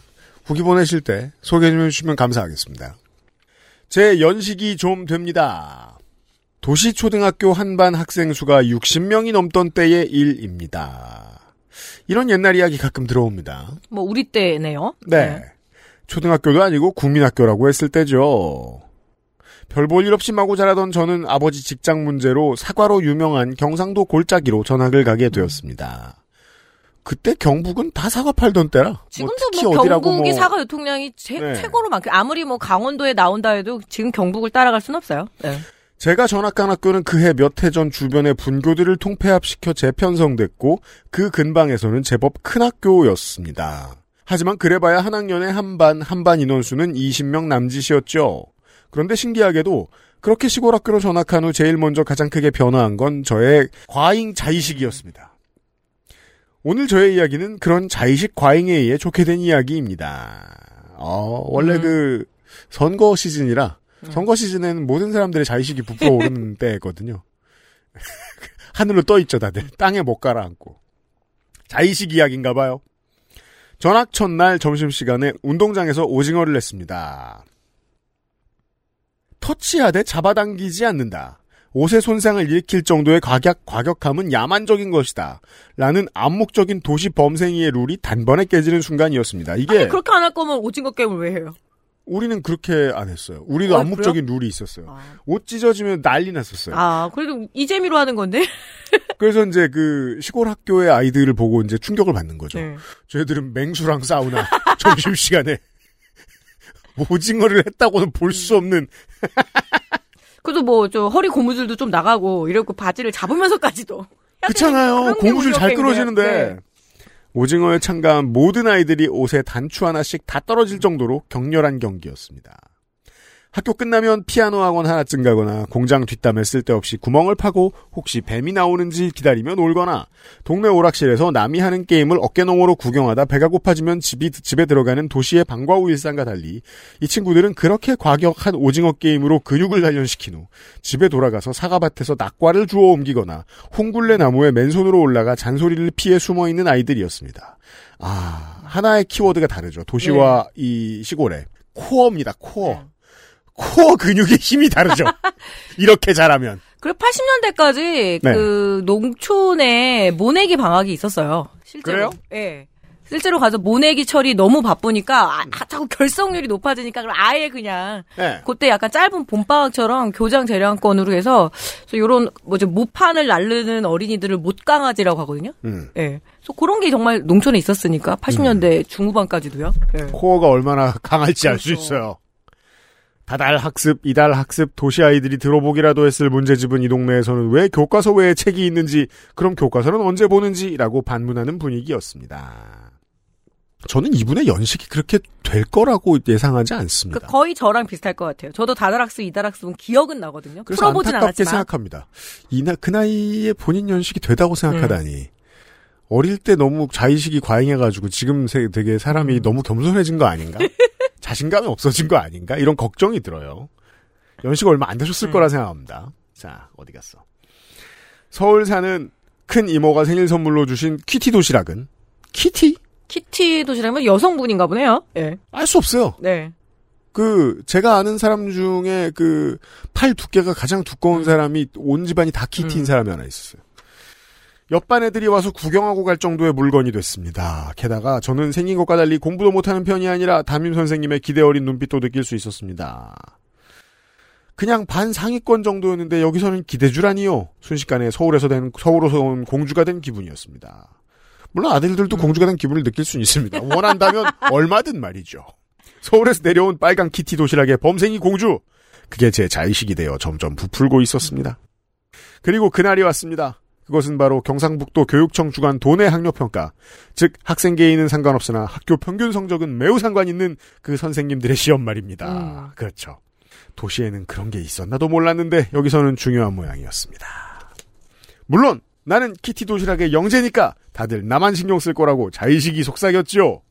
Speaker 4: 후기 보내실 때 소개 좀 해주시면 감사하겠습니다. 제 연식이 좀 됩니다. 도시초등학교 한반 학생 수가 60명이 넘던 때의 일입니다. 이런 옛날 이야기 가끔 들어옵니다.
Speaker 3: 뭐 우리 때네요.
Speaker 4: 네. 초등학교도 아니고 국민학교라고 했을 때죠. 별 볼 일 없이 마구 자라던 저는 아버지 직장 문제로 사과로 유명한 경상도 골짜기로 전학을 가게 되었습니다. 그때 경북은 다 사과 팔던 때라.
Speaker 3: 지금도
Speaker 4: 특히
Speaker 3: 뭐,
Speaker 4: 어디라고
Speaker 3: 경북이
Speaker 4: 뭐-
Speaker 3: 사과 유통량이 최,
Speaker 4: 네.
Speaker 3: 최고로 많고 아무리 뭐 강원도에 나온다 해도 지금 경북을 따라갈 순 없어요. 네.
Speaker 4: 제가 전학 간 학교는 그해 몇 해 전 주변의 분교들을 통폐합시켜 재편성됐고 그 근방에서는 제법 큰 학교였습니다. 하지만 그래봐야 한 학년에 한반 한반 인원수는 20명 남짓이었죠. 그런데 신기하게도 그렇게 시골 학교로 전학한 후 제일 먼저 가장 크게 변화한 건 저의 과잉 자의식이었습니다. 오늘 저의 이야기는 그런 자의식 과잉에 의해 좋게 된 이야기입니다. 어, 원래
Speaker 3: 음.
Speaker 4: 그 선거 시즌이라 선거 시즌에는 모든 사람들의 자의식이 부풀어오르는 *laughs* 때거든요. 하늘로 떠 있죠 다들 땅에 못 가라앉고 자의식 이야기인가 봐요. 전학 첫날 점심시간에 운동장에서 오징어를 냈습니다. 터치하되 잡아당기지 않는다. 옷의 손상을 일으킬 정도의 과격, 과격함은 야만적인 것이다. 라는 암묵적인 도시 범생이의 룰이 단번에 깨지는 순간이었습니다. 이게
Speaker 3: 아니, 그렇게 안 할 거면 오징어 게임을 왜 해요?
Speaker 4: 우리는 그렇게 안 했어요. 우리도
Speaker 3: 아,
Speaker 4: 암묵적인 룰이 있었어요. 옷 찢어지면 난리 났었어요.
Speaker 3: 아, 그래도 이 재미로 하는 건데?
Speaker 4: 그래서 이제 그 시골 학교의 아이들을 보고 이제 충격을 받는 거죠.
Speaker 3: 네.
Speaker 4: 저희들은 맹수랑 사우나 점심 시간에 오징어를 했다고는 볼 수 없는
Speaker 3: 그래도 뭐, 저, 허리 고무줄도 좀 나가고, 이러고 바지를 잡으면서까지도.
Speaker 4: *laughs* 그렇잖아요.
Speaker 3: 그런 게
Speaker 4: 고무줄 잘
Speaker 3: 오징어 게임이에요.
Speaker 4: 끌어지는데 오징어에 참가한 모든 아이들이 옷에 단추 하나씩 다 떨어질 정도로 격렬한 경기였습니다. 학교 끝나면 피아노 학원 하나쯤 가거나 공장 뒷담에 쓸데없이 구멍을 파고 혹시 뱀이 나오는지 기다리며 놀거나 동네 오락실에서 남이 하는 게임을 어깨너머로 구경하다 배가 고파지면 집이, 집에 들어가는 도시의 방과후 일상과 달리 이 친구들은 그렇게 과격한 오징어 게임으로 근육을 단련시킨 후 집에 돌아가서 사과밭에서 낙과를 주워 옮기거나 홍굴레 나무에 맨손으로 올라가 잔소리를 피해 숨어 있는 아이들이었습니다. 아, 하나의 키워드가 다르죠. 도시와 이 시골에. 코어입니다, 코어. 코어 근육의 힘이 다르죠. 이렇게 잘하면.
Speaker 3: 그리고 80년대까지
Speaker 4: 네.
Speaker 3: 그 농촌에 모내기 방학이 있었어요. 실제로.
Speaker 12: 그래요?
Speaker 3: 예. 실제로 가서 모내기 철이 너무 바쁘니까 아, 아, 자꾸 결성률이 높아지니까 그럼 아예 그냥
Speaker 4: 네.
Speaker 3: 그때 약간 짧은 봄방학처럼 교장 재량권으로 해서 그래서 요런 뭐죠 모판을 날르는 어린이들을 못강아지라고 하거든요.
Speaker 4: 음.
Speaker 3: 예. 그래서 그런 게 정말 농촌에 있었으니까 80년대 중후반까지도요. 예.
Speaker 4: 코어가 얼마나 *laughs* 강할지 알 수 있어요. 다달 학습, 이달 학습, 도시 아이들이 들어보기라도 했을 문제집은 이 동네에서는 왜 교과서 외에 책이 있는지, 그럼 교과서는 언제 보는지라고 반문하는 분위기였습니다. 저는 이분의 연식이 그렇게 될 거라고 예상하지 않습니다.
Speaker 3: 그러니까 거의 저랑 비슷할 것 같아요. 저도 다다락스 이다락스는 기억은 나거든요.
Speaker 4: 그래서
Speaker 3: 풀어보진
Speaker 4: 안타깝게
Speaker 3: 않았지만.
Speaker 4: 생각합니다. 이나 그 나이에 본인 연식이 되다고 생각하다니
Speaker 3: 음.
Speaker 4: 어릴 때 너무 자의식이 과잉해가지고 지금 세- 되게
Speaker 3: 음.
Speaker 4: 사람이 너무 겸손해진 거
Speaker 3: *laughs*
Speaker 4: 아닌가? 자신감이 없어진 거 아닌가? 이런 걱정이 들어요. 연식 얼마 안
Speaker 3: 음.
Speaker 4: 되셨을 거라 생각합니다. 자 어디 갔어? 서울 사는 큰 이모가 생일 선물로 주신 키티 도시락은 키티?
Speaker 3: 키티 도시락은 여성분인가 보네요. 예.
Speaker 4: 알 수 없어요.
Speaker 3: 네.
Speaker 4: 그 제가 아는 사람 중에 그 팔 두께가 가장 두꺼운 사람이 온 집안이 다 키티인 사람이 하나 있었어요. 옆반 애들이 와서 구경하고 갈 정도의 물건이 됐습니다. 게다가 저는 생긴 것과 달리 공부도 못하는 편이 아니라 담임 선생님의 기대 어린 눈빛도 느낄 수 있었습니다. 그냥 반 상위권 정도였는데 여기서는 기대주라니요. 순식간에 서울에서 된 서울에서 온 공주가 된 기분이었습니다. 물론 아들들도 공주가 된 기분을 느낄 수는 있습니다. 원한다면 얼마든 말이죠. 서울에서 내려온 빨간 키티 도시락의 범생이 공주. 그게 제 자의식이 되어 점점 부풀고 있었습니다. 그리고 그날이 왔습니다. 그것은 바로 경상북도 교육청 주관 도내 학력평가. 즉, 학생 개인은 상관없으나 학교 평균 성적은 매우 상관 있는 그 선생님들의 시험 말입니다. 그렇죠. 도시에는 그런 게 있었나도 몰랐는데 여기서는 중요한 모양이었습니다. 물론 나는 키티 도시락의 영재니까 다들 나만 신경 쓸 거라고 자의식이 속삭였지요.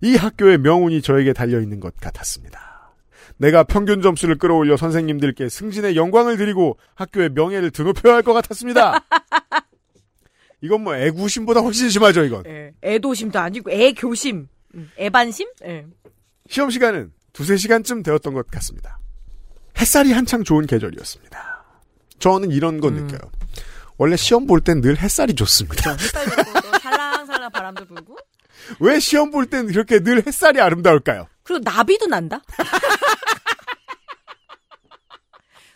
Speaker 4: 이 학교의 명운이 저에게 달려있는 것 같았습니다. 내가 평균 점수를 끌어올려 선생님들께 승진의 영광을 드리고 학교의 명예를 드높여야 할 것 같았습니다. 이건 뭐 애구심보다 훨씬 심하죠, 이건.
Speaker 3: 예. 애도심도 아니고 애교심. 음, 애반심? 예.
Speaker 4: 시험 시간은 두세 시간쯤 되었던 것 같습니다. 햇살이 한창 좋은 계절이었습니다. 저는 이런 건 느껴요. 원래 시험 볼 땐 늘 햇살이 좋습니다.
Speaker 3: 살랑살랑 바람도 불고.
Speaker 4: 왜 시험 볼 땐 그렇게 늘 햇살이 아름다울까요?
Speaker 3: 그리고 나비도 난다. *laughs*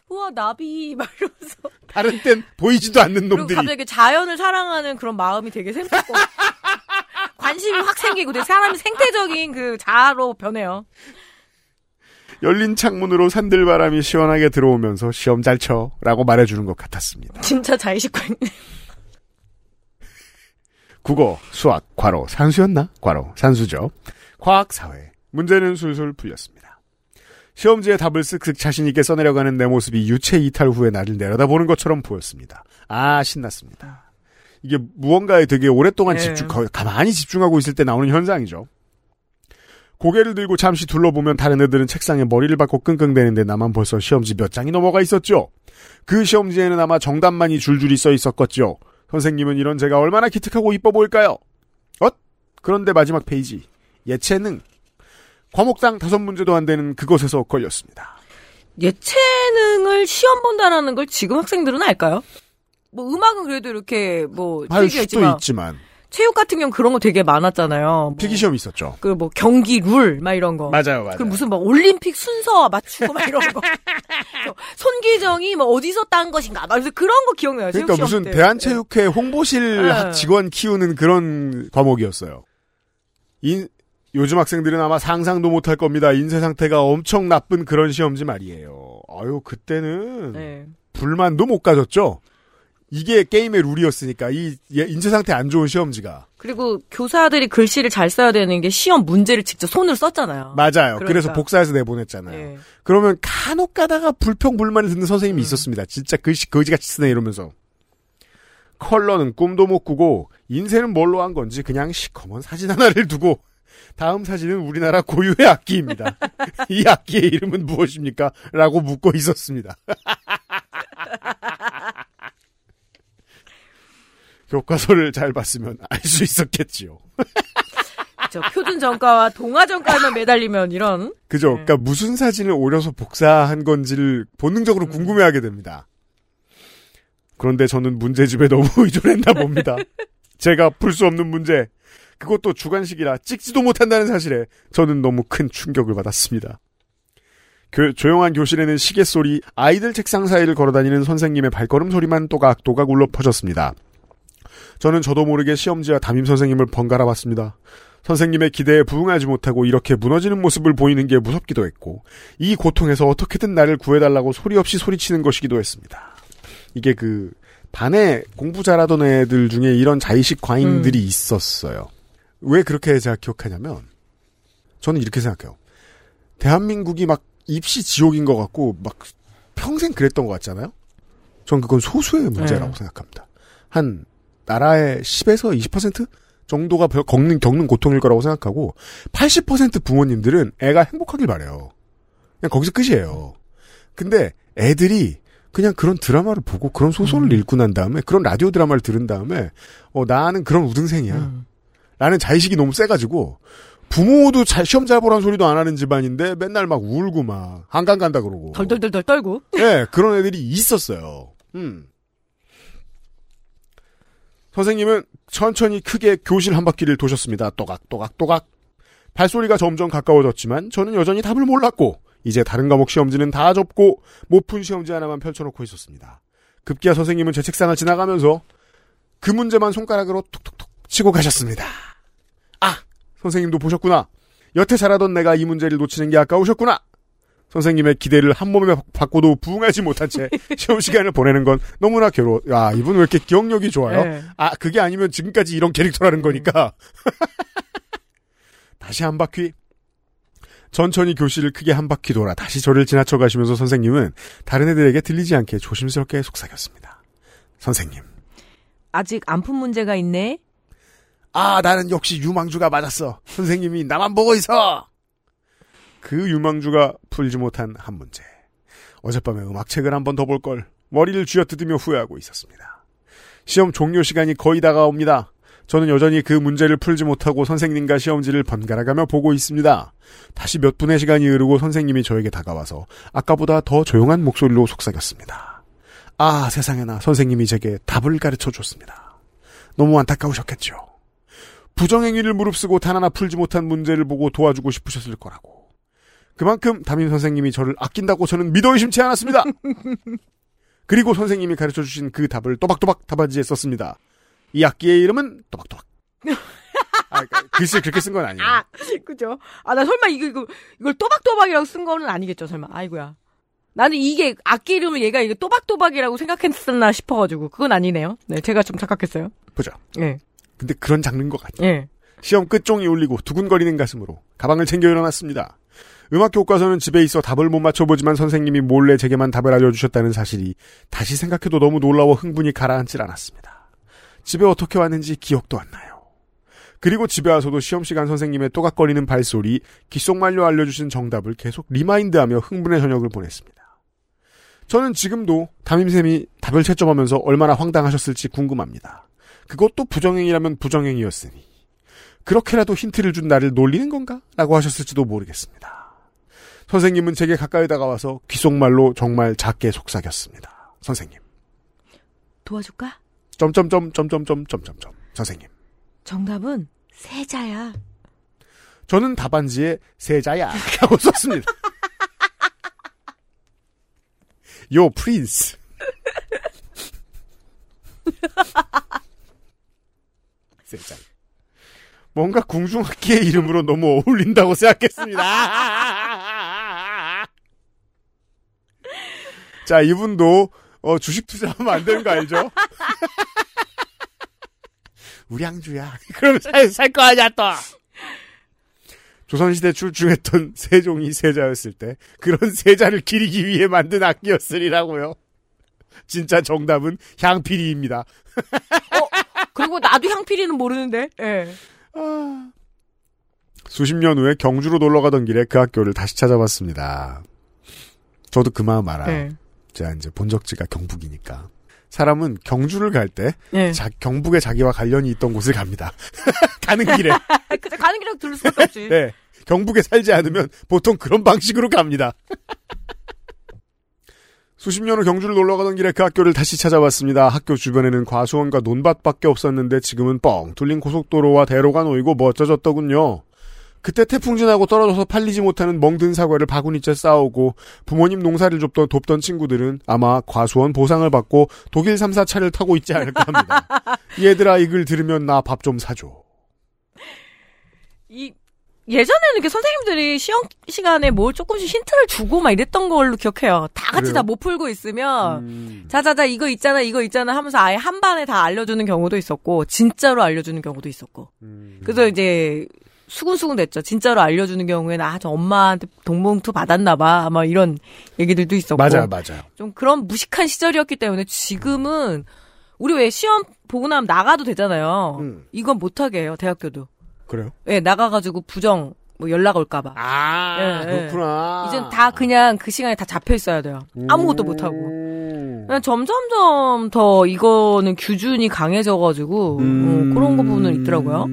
Speaker 3: 우와 나비 막 이러면서
Speaker 4: 다른 땐 보이지도 않는
Speaker 3: 그리고
Speaker 4: 놈들이.
Speaker 3: 갑자기 자연을 사랑하는 그런 마음이 되게 생기고 관심이 확 생기고 되게 사람이 생태적인 그 자아로 변해요.
Speaker 4: 열린 창문으로 산들바람이 시원하게 들어오면서 시험 잘 쳐. 라고 말해주는 것 같았습니다.
Speaker 3: 진짜 자의식관.
Speaker 4: 국어, 수학, 과로, 산수였나? 과로, 산수죠. 과학, 사회. 문제는 술술 풀렸습니다. 시험지에 답을 쓱쓱 자신있게 써내려가는 내 모습이 유체 이탈 후에 나를 내려다보는 것처럼 보였습니다. 아, 신났습니다. 이게 무언가에 되게 오랫동안
Speaker 13: 예.
Speaker 4: 집중, 거- 가만히 집중하고 있을 때 나오는 현상이죠. 고개를 들고 잠시 둘러보면 다른 애들은 책상에 머리를 박고 끙끙대는데 나만 벌써 시험지 몇 장이 넘어가 있었죠. 그 시험지에는 아마 정답만이 줄줄이 써 있었겠죠. 선생님은 이런 제가 얼마나 기특하고 이뻐 보일까요? 엇? 그런데 마지막 페이지. 예체능. 과목당 다섯 문제도 안 되는 그것에서 걸렸습니다.
Speaker 14: 예체능을 시험 본다라는 걸 지금 학생들은 알까요? 뭐 음악은 그래도 이렇게 뭐
Speaker 4: 할
Speaker 14: 필기가 뭐.
Speaker 4: 수도 있지만.
Speaker 14: 체육 같은 경우 는 그런 거 되게
Speaker 3: 뭐
Speaker 14: 많았잖아요.
Speaker 4: 필기시험 있었죠.
Speaker 14: 그 뭐 경기 룰 막 이런 거.
Speaker 4: 맞아요, 맞아요.
Speaker 14: 그 무슨 막 올림픽 순서 맞추고 막 이런
Speaker 3: *laughs*
Speaker 14: 거. 그 손기정이 뭐 어디서 딴 것인가. 막 그래서 그런 거 기억나요.
Speaker 4: 그러니까
Speaker 14: 체육 시험
Speaker 4: 무슨
Speaker 14: 때.
Speaker 4: 대한체육회 홍보실
Speaker 14: 네.
Speaker 4: 학- 직원 키우는 그런 과목이었어요. 인- 요즘 학생들은 아마 상상도 못할 겁니다. 인쇄 상태가 엄청 나쁜 그런 시험지 말이에요. 아유 그때는
Speaker 14: 네.
Speaker 4: 불만도 못 가졌죠. 이게 게임의 룰이었으니까 이 예- 인쇄 상태 안 좋은 시험지가
Speaker 14: 그리고 교사들이 글씨를 잘 써야 되는 게 시험 문제를 직접 손으로 썼잖아요. 네.
Speaker 4: 맞아요. 그래서
Speaker 14: 그러니까. 예.
Speaker 4: 복사해서 내보냈잖아요. 그러면 간혹 가다가 불평 불만을 듣는 선생님이 있었습니다. 진짜 글씨 거지같이 쓰네 이러면서 컬러는 꿈도 못 꾸고 인쇄는 뭘로 한 건지 그냥 시커먼 사진 하나를 두고 다음 사진은 우리나라 고유의 악기입니다. *laughs* 이 악기의 이름은 무엇입니까? 라고 묻고 있었습니다. *laughs* 교과서를 잘 봤으면 알 수 있었겠지요.
Speaker 14: 저 표준 정가와 동화 정가에만 매달리면 이런.
Speaker 4: 그죠? 그러니까 무슨 사진을 오려서 복사한 건지를 본능적으로 궁금해하게 됩니다. 그런데 저는 문제집에 너무 *laughs* 의존했나 봅니다. 제가 풀 수 없는 문제. 그것도 주관식이라 찍지도 못한다는 사실에 저는 너무 큰 충격을 받았습니다. 교- 조용한 교실에는 시계 소리, 아이들 책상 사이를 걸어다니는 선생님의 발걸음 소리만 또각또각 울려 퍼졌습니다. 저는 저도 모르게 시험지와 담임 선생님을 번갈아 봤습니다. 선생님의 기대에 부응하지 못하고 이렇게 무너지는 모습을 보이는 게 무섭기도 했고 이 고통에서 어떻게든 나를 구해달라고 소리 없이 소리치는 것이기도 했습니다. 이게 그 반에 공부 잘하던 애들 중에 이런 자의식 과잉들이 있었어요. 왜 그렇게 제가 기억하냐면 저는 이렇게 생각해요. 대한민국이 막 입시 지옥인 것 같고 막 평생 그랬던 것 같잖아요. 전 그건 소수의 문제라고
Speaker 15: 네.
Speaker 4: 생각합니다. 한 나라의 10에서 20% 정도가 벼- 겪는 겪는 고통일 거라고 생각하고 80% 부모님들은 애가 행복하길 바래요. 그냥 거기서 끝이에요. 근데 애들이 그냥 그런 드라마를 보고 그런 소설을 읽고 난 다음에 그런 라디오 드라마를 들은 다음에 어 나는 그런 우등생이야.
Speaker 14: 음.
Speaker 4: 라는 자의식이 너무 세가지고 부모도 잘 시험 잘 보란 소리도 안 하는 집안인데 맨날 막 울고 막 한강 간다 그러고
Speaker 14: 덜덜덜덜 떨고.
Speaker 4: 예 그런 애들이 있었어요. 음. 선생님은 천천히 크게 교실 한 바퀴를 도셨습니다. 또각또각또각. 발소리가 점점 가까워졌지만 저는 여전히 답을 몰랐고 이제 다른 과목 시험지는 다 접고 못 푼 시험지 하나만 펼쳐놓고 있었습니다. 급기야 선생님은 제 책상을 지나가면서 그 문제만 손가락으로 툭툭툭 치고 가셨습니다. 아! 선생님도 보셨구나. 여태 잘하던 내가 이 문제를 놓치는 게 아까우셨구나. 선생님의 기대를 한 몸에 받- 받고도 부응하지 못한 채 시험 시간을 보내는 건 너무나 괴로워. 아, 이분 왜 이렇게 기억력이 좋아요?
Speaker 15: 네.
Speaker 4: 아, 그게 아니면 지금까지 이런 캐릭터라는 거니까. *laughs* 다시 한 바퀴. 천천히 교실을 크게 한 바퀴 돌아 다시 저를 지나쳐 가시면서 선생님은 다른 애들에게 들리지 않게 조심스럽게 속삭였습니다. 선생님.
Speaker 3: 아직 안 푼 문제가 있네.
Speaker 4: 아, 나는 역시 유망주가 맞았어. 선생님이 나만 보고 있어. 그 유망주가 풀지 못한 한 문제. 어젯밤에 음악책을 한 번 더 볼 걸. 머리를 쥐어뜯으며 후회하고 있었습니다. 시험 종료 시간이 거의 다가옵니다. 저는 여전히 그 문제를 풀지 못하고 선생님과 시험지를 번갈아가며 보고 있습니다. 다시 몇 분의 시간이 흐르고 선생님이 저에게 다가와서 아까보다 더 조용한 목소리로 속삭였습니다. 아, 세상에나 선생님이 제게 답을 가르쳐 줬습니다. 너무 안타까우셨겠죠. 부정행위를 무릅쓰고 단 하나 풀지 못한 문제를 보고 도와주고 싶으셨을 거라고. 그만큼 담임 선생님이 저를 아낀다고 저는 믿어 의심치 않았습니다. 그리고 선생님이 가르쳐 주신 그 답을 또박또박 답안지에 썼습니다. 이 악기의 이름은 또박또박. 아, 그러니까 글씨 그렇게 쓴 건 아니에요.
Speaker 14: 아, 그죠. 아, 나 설마 이거, 이거, 이걸 또박또박이라고 쓴 거는 아니겠죠, 설마. 아이고야. 나는 이게 악기 이름을 얘가 이게 또박또박이라고 생각했었나 싶어가지고. 그건 아니네요. 네, 제가 좀 착각했어요.
Speaker 4: 보죠.
Speaker 14: 예.
Speaker 4: 근데 그런 장르인 것 같아요.
Speaker 14: 예.
Speaker 4: 시험 끝종이 울리고 두근거리는 가슴으로 가방을 챙겨 일어났습니다. 음악 교과서는 집에 있어 답을 못 맞춰보지만 선생님이 몰래 제게만 답을 알려주셨다는 사실이 다시 생각해도 너무 놀라워 흥분이 가라앉질 않았습니다. 집에 어떻게 왔는지 기억도 안 나요. 그리고 집에 와서도 시험 시간 선생님의 또각거리는 발소리, 귓속말로 알려주신 정답을 계속 리마인드하며 흥분의 저녁을 보냈습니다. 저는 지금도 담임쌤이 답을 채점하면서 얼마나 황당하셨을지 궁금합니다. 그것도 부정행위라면 부정행위였으니 그렇게라도 힌트를 준 나를 놀리는 건가? 라고 하셨을지도 모르겠습니다. 선생님은 제게 가까이 다가와서 귓속말로 정말 작게 속삭였습니다. 선생님.
Speaker 3: 도와줄까?
Speaker 4: 점점점 점점점 점점점 선생님.
Speaker 3: 정답은 세자야.
Speaker 4: 저는 답안지에 세자야 라고 썼습니다. 요 프린스. 세자. 뭔가 궁중학기의 이름으로 너무 어울린다고 생각했습니다. 자, 이분도 어, 주식 투자하면 안 되는 거 알죠? 우리 양주야. 그럼 살거 아니야 또. 조선시대 출중했던 *laughs* 세종이 세자였을 때 그런 세자를 기리기 위해 만든 악기였으리라고요. *laughs* 진짜 정답은 향피리입니다.
Speaker 3: 그리고 나도 향필이는 모르는데. 예.
Speaker 4: 아. 수십 년 후에 경주로 놀러 가던 길에 그 학교를 다시 찾아봤습니다. 저도 그 마음 알아요.
Speaker 14: 예,
Speaker 3: 네.
Speaker 4: 제가 이제 본적지가 경북이니까. 사람은 경주를 갈 때,
Speaker 14: 예.
Speaker 3: 네.
Speaker 4: 자- 경북에 자기와 관련이 있던 곳을 갑니다. *laughs* 가는 길에.
Speaker 3: 아, 그죠 가는 길에 들을
Speaker 16: *laughs*
Speaker 3: 수밖에 없지.
Speaker 4: 네. 경북에 살지 않으면 보통 그런 방식으로 갑니다. *laughs* 수십 년 후 경주를 놀러 가던 길에 그 학교를 다시 찾아봤습니다. 학교 주변에는 과수원과 논밭밖에 없었는데 지금은 뻥 뚫린 고속도로와 대로가 놓이고 멋져졌더군요. 그때 태풍 지나고 떨어져서 팔리지 못하는 멍든 사과를 바구니째 싸오고 부모님 농사를 돕던, 돕던 친구들은 아마 과수원 보상을 받고 독일 3사 차를 타고 있지 않을까 합니다. 얘들아 이 글 들으면 나 밥 좀 사줘.
Speaker 3: 이 예전에는 이렇게 선생님들이 시험 시간에 뭘 조금씩 힌트를 주고 막 이랬던 걸로 기억해요. 다 같이
Speaker 16: 그래요?
Speaker 3: 다 못 풀고 있으면 자자자 이거 있잖아 이거 있잖아 하면서 아예 한 반에 다 알려주는 경우도 있었고 진짜로 알려주는 경우도 있었고
Speaker 4: 음.
Speaker 3: 그래서 이제 수군수군 됐죠. 진짜로 알려주는 경우에는 아 저 엄마한테 동봉투 받았나봐 막 이런 얘기들도 있었고
Speaker 4: 맞아요, 맞아요.
Speaker 3: 좀 그런 무식한 시절이었기 때문에 지금은 우리 왜 시험 보고 나면 나가도 되잖아요.
Speaker 4: 음.
Speaker 3: 이건 못하게 해요 대학교도.
Speaker 4: 그래요?
Speaker 3: 예, 나가가지고 부정 뭐 연락 올까봐.
Speaker 4: 아 그렇구나.
Speaker 3: 예, 이젠 다 그냥 그 시간에 다 잡혀 있어야 돼요. 아무것도 못 하고.
Speaker 4: 음.
Speaker 3: 예, 그냥 네, 점점점 더 이거는 규준이 강해져가지고
Speaker 4: 음.
Speaker 3: 어, 그런 거 부분은 있더라고요.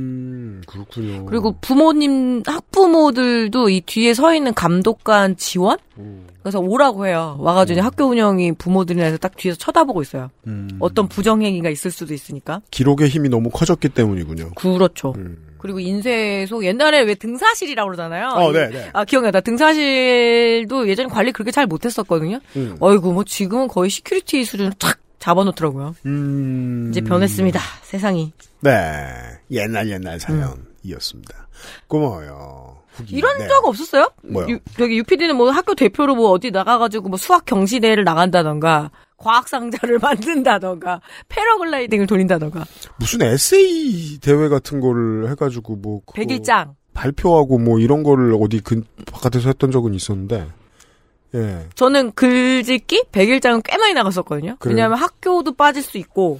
Speaker 4: 그렇군요.
Speaker 3: 그리고 부모님 학부모들도 이 뒤에 서 있는 감독관 지원
Speaker 4: 음.
Speaker 3: 그래서 오라고 해요. 와가지고 이제 학교 운영이 부모들이나 해서 딱 뒤에서 쳐다보고 있어요. 음. 어떤 부정행위가 있을 수도 있으니까.
Speaker 4: 기록의 힘이 너무 커졌기 때문이군요.
Speaker 3: 그렇죠. 그리고 인쇄소 옛날에 왜 등사실이라고 그러잖아요.
Speaker 4: 음. 어, 네, 네.
Speaker 3: 아 기억나. 나 등사실도 예전에 관리 그렇게 잘 못했었거든요.
Speaker 4: 음.
Speaker 3: 어이구 뭐 지금은 거의 시큐리티 수준을 탁 잡아놓더라고요. 이제 변했습니다. 세상이.
Speaker 4: 네. 옛날 옛날 사연이었습니다. 고마워요. 후기.
Speaker 3: 이런
Speaker 4: 네.
Speaker 3: 적 없었어요?
Speaker 4: 뭐요?
Speaker 3: 유, 저기 UPD는 뭐 학교 대표로 뭐 어디 나가가지고 뭐 수학 경시대회를 나간다던가 과학 상자를 *laughs* 만든다던가 패러글라이딩을 돌린다던가
Speaker 4: 무슨 에세이 대회 같은 거를 해가지고 뭐 그거
Speaker 3: 백일장
Speaker 4: 발표하고 뭐 이런 거를 어디 근 바깥에서 했던 적은 있었는데 예.
Speaker 3: 저는 글짓기 백일장은 꽤 많이 나갔었거든요.
Speaker 4: 그래요?
Speaker 3: 왜냐하면 학교도 빠질 수 있고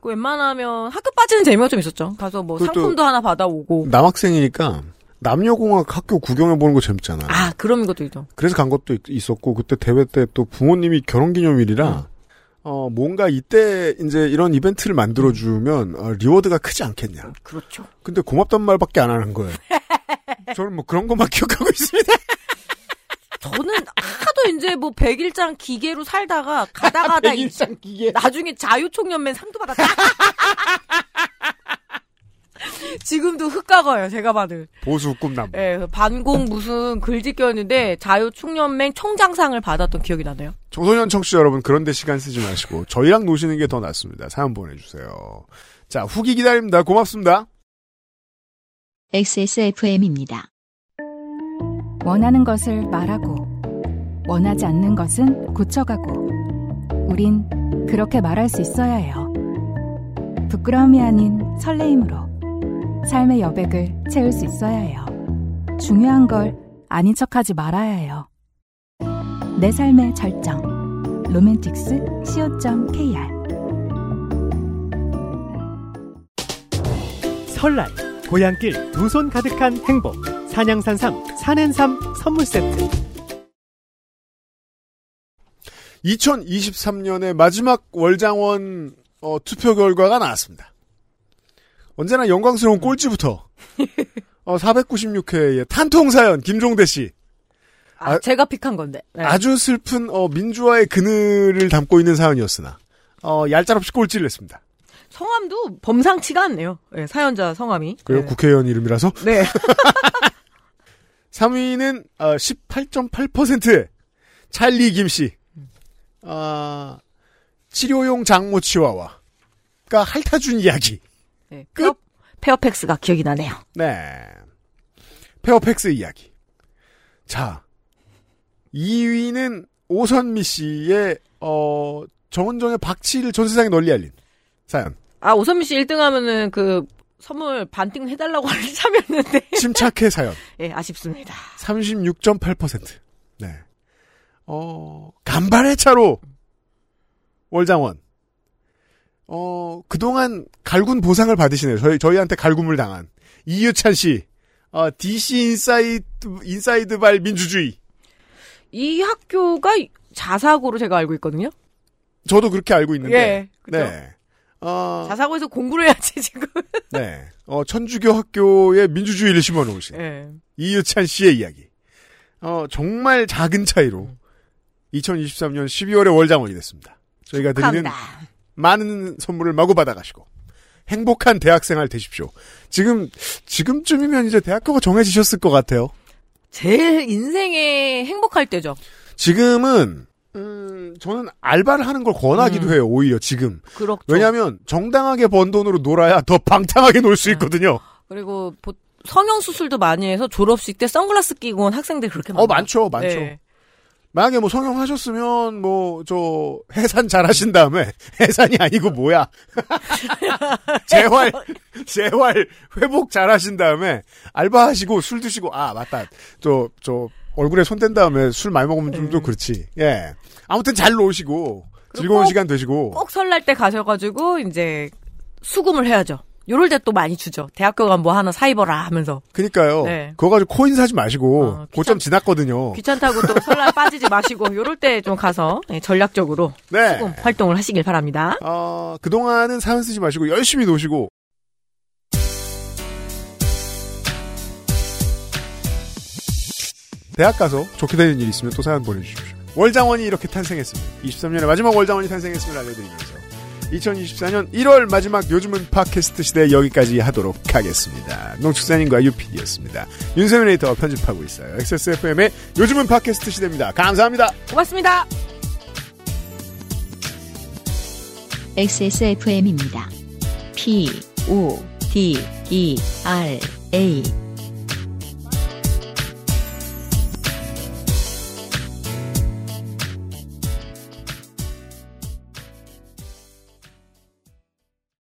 Speaker 3: 그 웬만하면 학교 빠지는 재미가 좀 있었죠. 가서 뭐
Speaker 4: 그것도- 음.
Speaker 3: 상품도 하나 받아오고
Speaker 4: 남학생이니까 남녀공학 학교 구경해 보는 거 재밌잖아요.
Speaker 3: 아 그런 것도 있죠.
Speaker 4: 그래서 간 것도 있- 있었고 그때 대회 때 또 부모님이 결혼기념일이라 어 뭔가 이때 이제 이런 이벤트를 만들어 주면 리워드가 크지 않겠냐.
Speaker 3: 그렇죠.
Speaker 4: 근데 고맙단 말밖에 안 하는 거예요. 저는 뭐 그런 것만 *laughs* 기억하고 있습니다.
Speaker 3: 저는 하도 이제 뭐 백일장 기계로 살다가 가다가다
Speaker 4: 아, 백일장 기계
Speaker 3: 나중에 자유총연맹 상도 받았다. *laughs* 지금도 흑가거예요 제가 받은.
Speaker 4: 보수 꿈남.
Speaker 3: 예, 반공 무슨 글짓기였는데 자유총연맹 총장상을 받았던 기억이 나네요.
Speaker 4: 청소년 청취자 여러분 그런데 시간 쓰지 마시고 저희랑 노시는 게 더 낫습니다. 사연 보내주세요. 자 후기 기다립니다. 고맙습니다.
Speaker 2: XSFM입니다.
Speaker 5: 원하는 것을 말하고 원하지 않는 것은 고쳐가고 우린 그렇게 말할 수 있어야 해요. 부끄러움이 아닌 설레임으로 삶의 여백을 채울 수 있어야 해요. 중요한 걸 아닌 척하지 말아야 해요. 내 삶의 절정 로맨틱스 co.kr
Speaker 17: 설날
Speaker 18: 고향길 두 손 가득한 행복 산양산삼 산앤삼 선물 세트
Speaker 4: 2023년의 마지막 월장원 어, 투표 결과가 나왔습니다. 언제나 영광스러운 꼴찌부터 어, 496회의 탄통 사연 김종대 씨.
Speaker 3: 아, 제가 픽한 건데. 네.
Speaker 4: 아주 슬픈 어, 민주화의 그늘을 담고 있는 사연이었으나 어, 얄짤없이 꼴찌를 했습니다.
Speaker 3: 성함도 범상치가 않네요. 예, 사연자 성함이.
Speaker 4: 그리고 국회의원 이름이라서
Speaker 3: 네.
Speaker 4: 3위는 18.8%의 찰리 김씨. 아, 치료용 장모 치와와. 가 할타준 이야기.
Speaker 3: 네, 페어, 페어팩스가 기억이 나네요.
Speaker 4: 네. 페어팩스 이야기. 자, 2위는 오선미 씨의 어, 정은정의 박치를 전 세상에 널리 알린 사연.
Speaker 3: 아, 오선미 씨 1등 하면은 그 선물 반띵 해달라고 *laughs* 하는 참이었는데.
Speaker 4: 침착해 사연.
Speaker 3: 예, 아쉽습니다.
Speaker 4: 36.8%. 네. 어, 간발의 차로 월장원. 어, 그동안 갈군 보상을 받으시네요. 저희, 저희한테 갈굼을 당한. 이유찬 씨. 어, DC 인사이드, 인사이드발 민주주의.
Speaker 3: 이 학교가 자사고로 제가 알고 있거든요.
Speaker 4: 저도 그렇게 알고 있는데.
Speaker 3: 예, 그죠?
Speaker 4: 네. 어,
Speaker 3: 자사고에서 공부를 해야지 지금.
Speaker 4: 네. 어, 천주교 학교에 민주주의를 심어 놓으신.
Speaker 3: *laughs* 예.
Speaker 4: 이유찬 씨의 이야기. 어, 정말 작은 차이로
Speaker 3: 음.
Speaker 4: 2023년 12월에 월장원이 됐습니다. 저희가 드리는
Speaker 3: 그러니까
Speaker 4: 많은 선물을 마구 받아가시고 행복한 대학생활 되십시오. 지금 지금쯤이면 이제 대학교가 정해지셨을 것 같아요.
Speaker 3: 제일 인생에 행복할 때죠.
Speaker 4: 지금은 음, 저는 알바를 하는 걸 권하기도
Speaker 3: 음.
Speaker 4: 해요. 오히려 지금
Speaker 3: 그렇죠.
Speaker 4: 왜냐하면 정당하게 번 돈으로 놀아야 더 방탕하게 놀
Speaker 3: 네.
Speaker 4: 수 있거든요.
Speaker 3: 그리고 보- 성형 수술도 많이 해서 졸업식 때 선글라스 끼고 온 학생들 그렇게 많아요.
Speaker 4: 어 많죠, 많죠.
Speaker 3: 음. 네.
Speaker 4: 만약에 뭐 성형하셨으면 뭐 저 해산 잘하신 다음에 *laughs* 해산이 아니고 뭐야 *laughs* 재활 재활 회복 잘하신 다음에 알바하시고 술 드시고 아 맞다 저 저 얼굴에 손 댄 다음에 술 많이 먹으면 좀
Speaker 3: 네.
Speaker 4: 더 그렇지 예 아무튼 잘 노시고 즐거운 시간 되시고
Speaker 3: 꼭 설날 때 가셔가지고 이제 수금을 해야죠. 요럴 때 또 많이 주죠. 대학교 가면 뭐 하나 사입어라 하면서
Speaker 4: 그니까요
Speaker 3: 네. 어,
Speaker 4: 그거 가지고 코인 사지 마시고 고점 지났거든요
Speaker 3: 귀찮다고 또 설날 빠지지 마시고 요럴 때 좀 가서 예, 전략적으로
Speaker 4: 네.
Speaker 3: 수금 활동을 하시길 바랍니다.
Speaker 4: 어, 그동안은 사연 쓰지 마시고 열심히 노시고 대학 가서 좋게 되는 일 있으면 또 사연 보내주십시오. 월장원이 이렇게 탄생했습니다. 23년의 마지막 월장원이 탄생했음을 알려드리면서 2024년 1월 마지막 요즘은 팟캐스트 시대 여기까지 하도록 하겠습니다. 농축사님과 유PD였습니다. 윤세민 에이터가 편집하고 있어요. XSFM의 요즘은 팟캐스트 시대입니다. 감사합니다.
Speaker 3: 고맙습니다.
Speaker 2: XSFM입니다. P, O, D, E, R, A.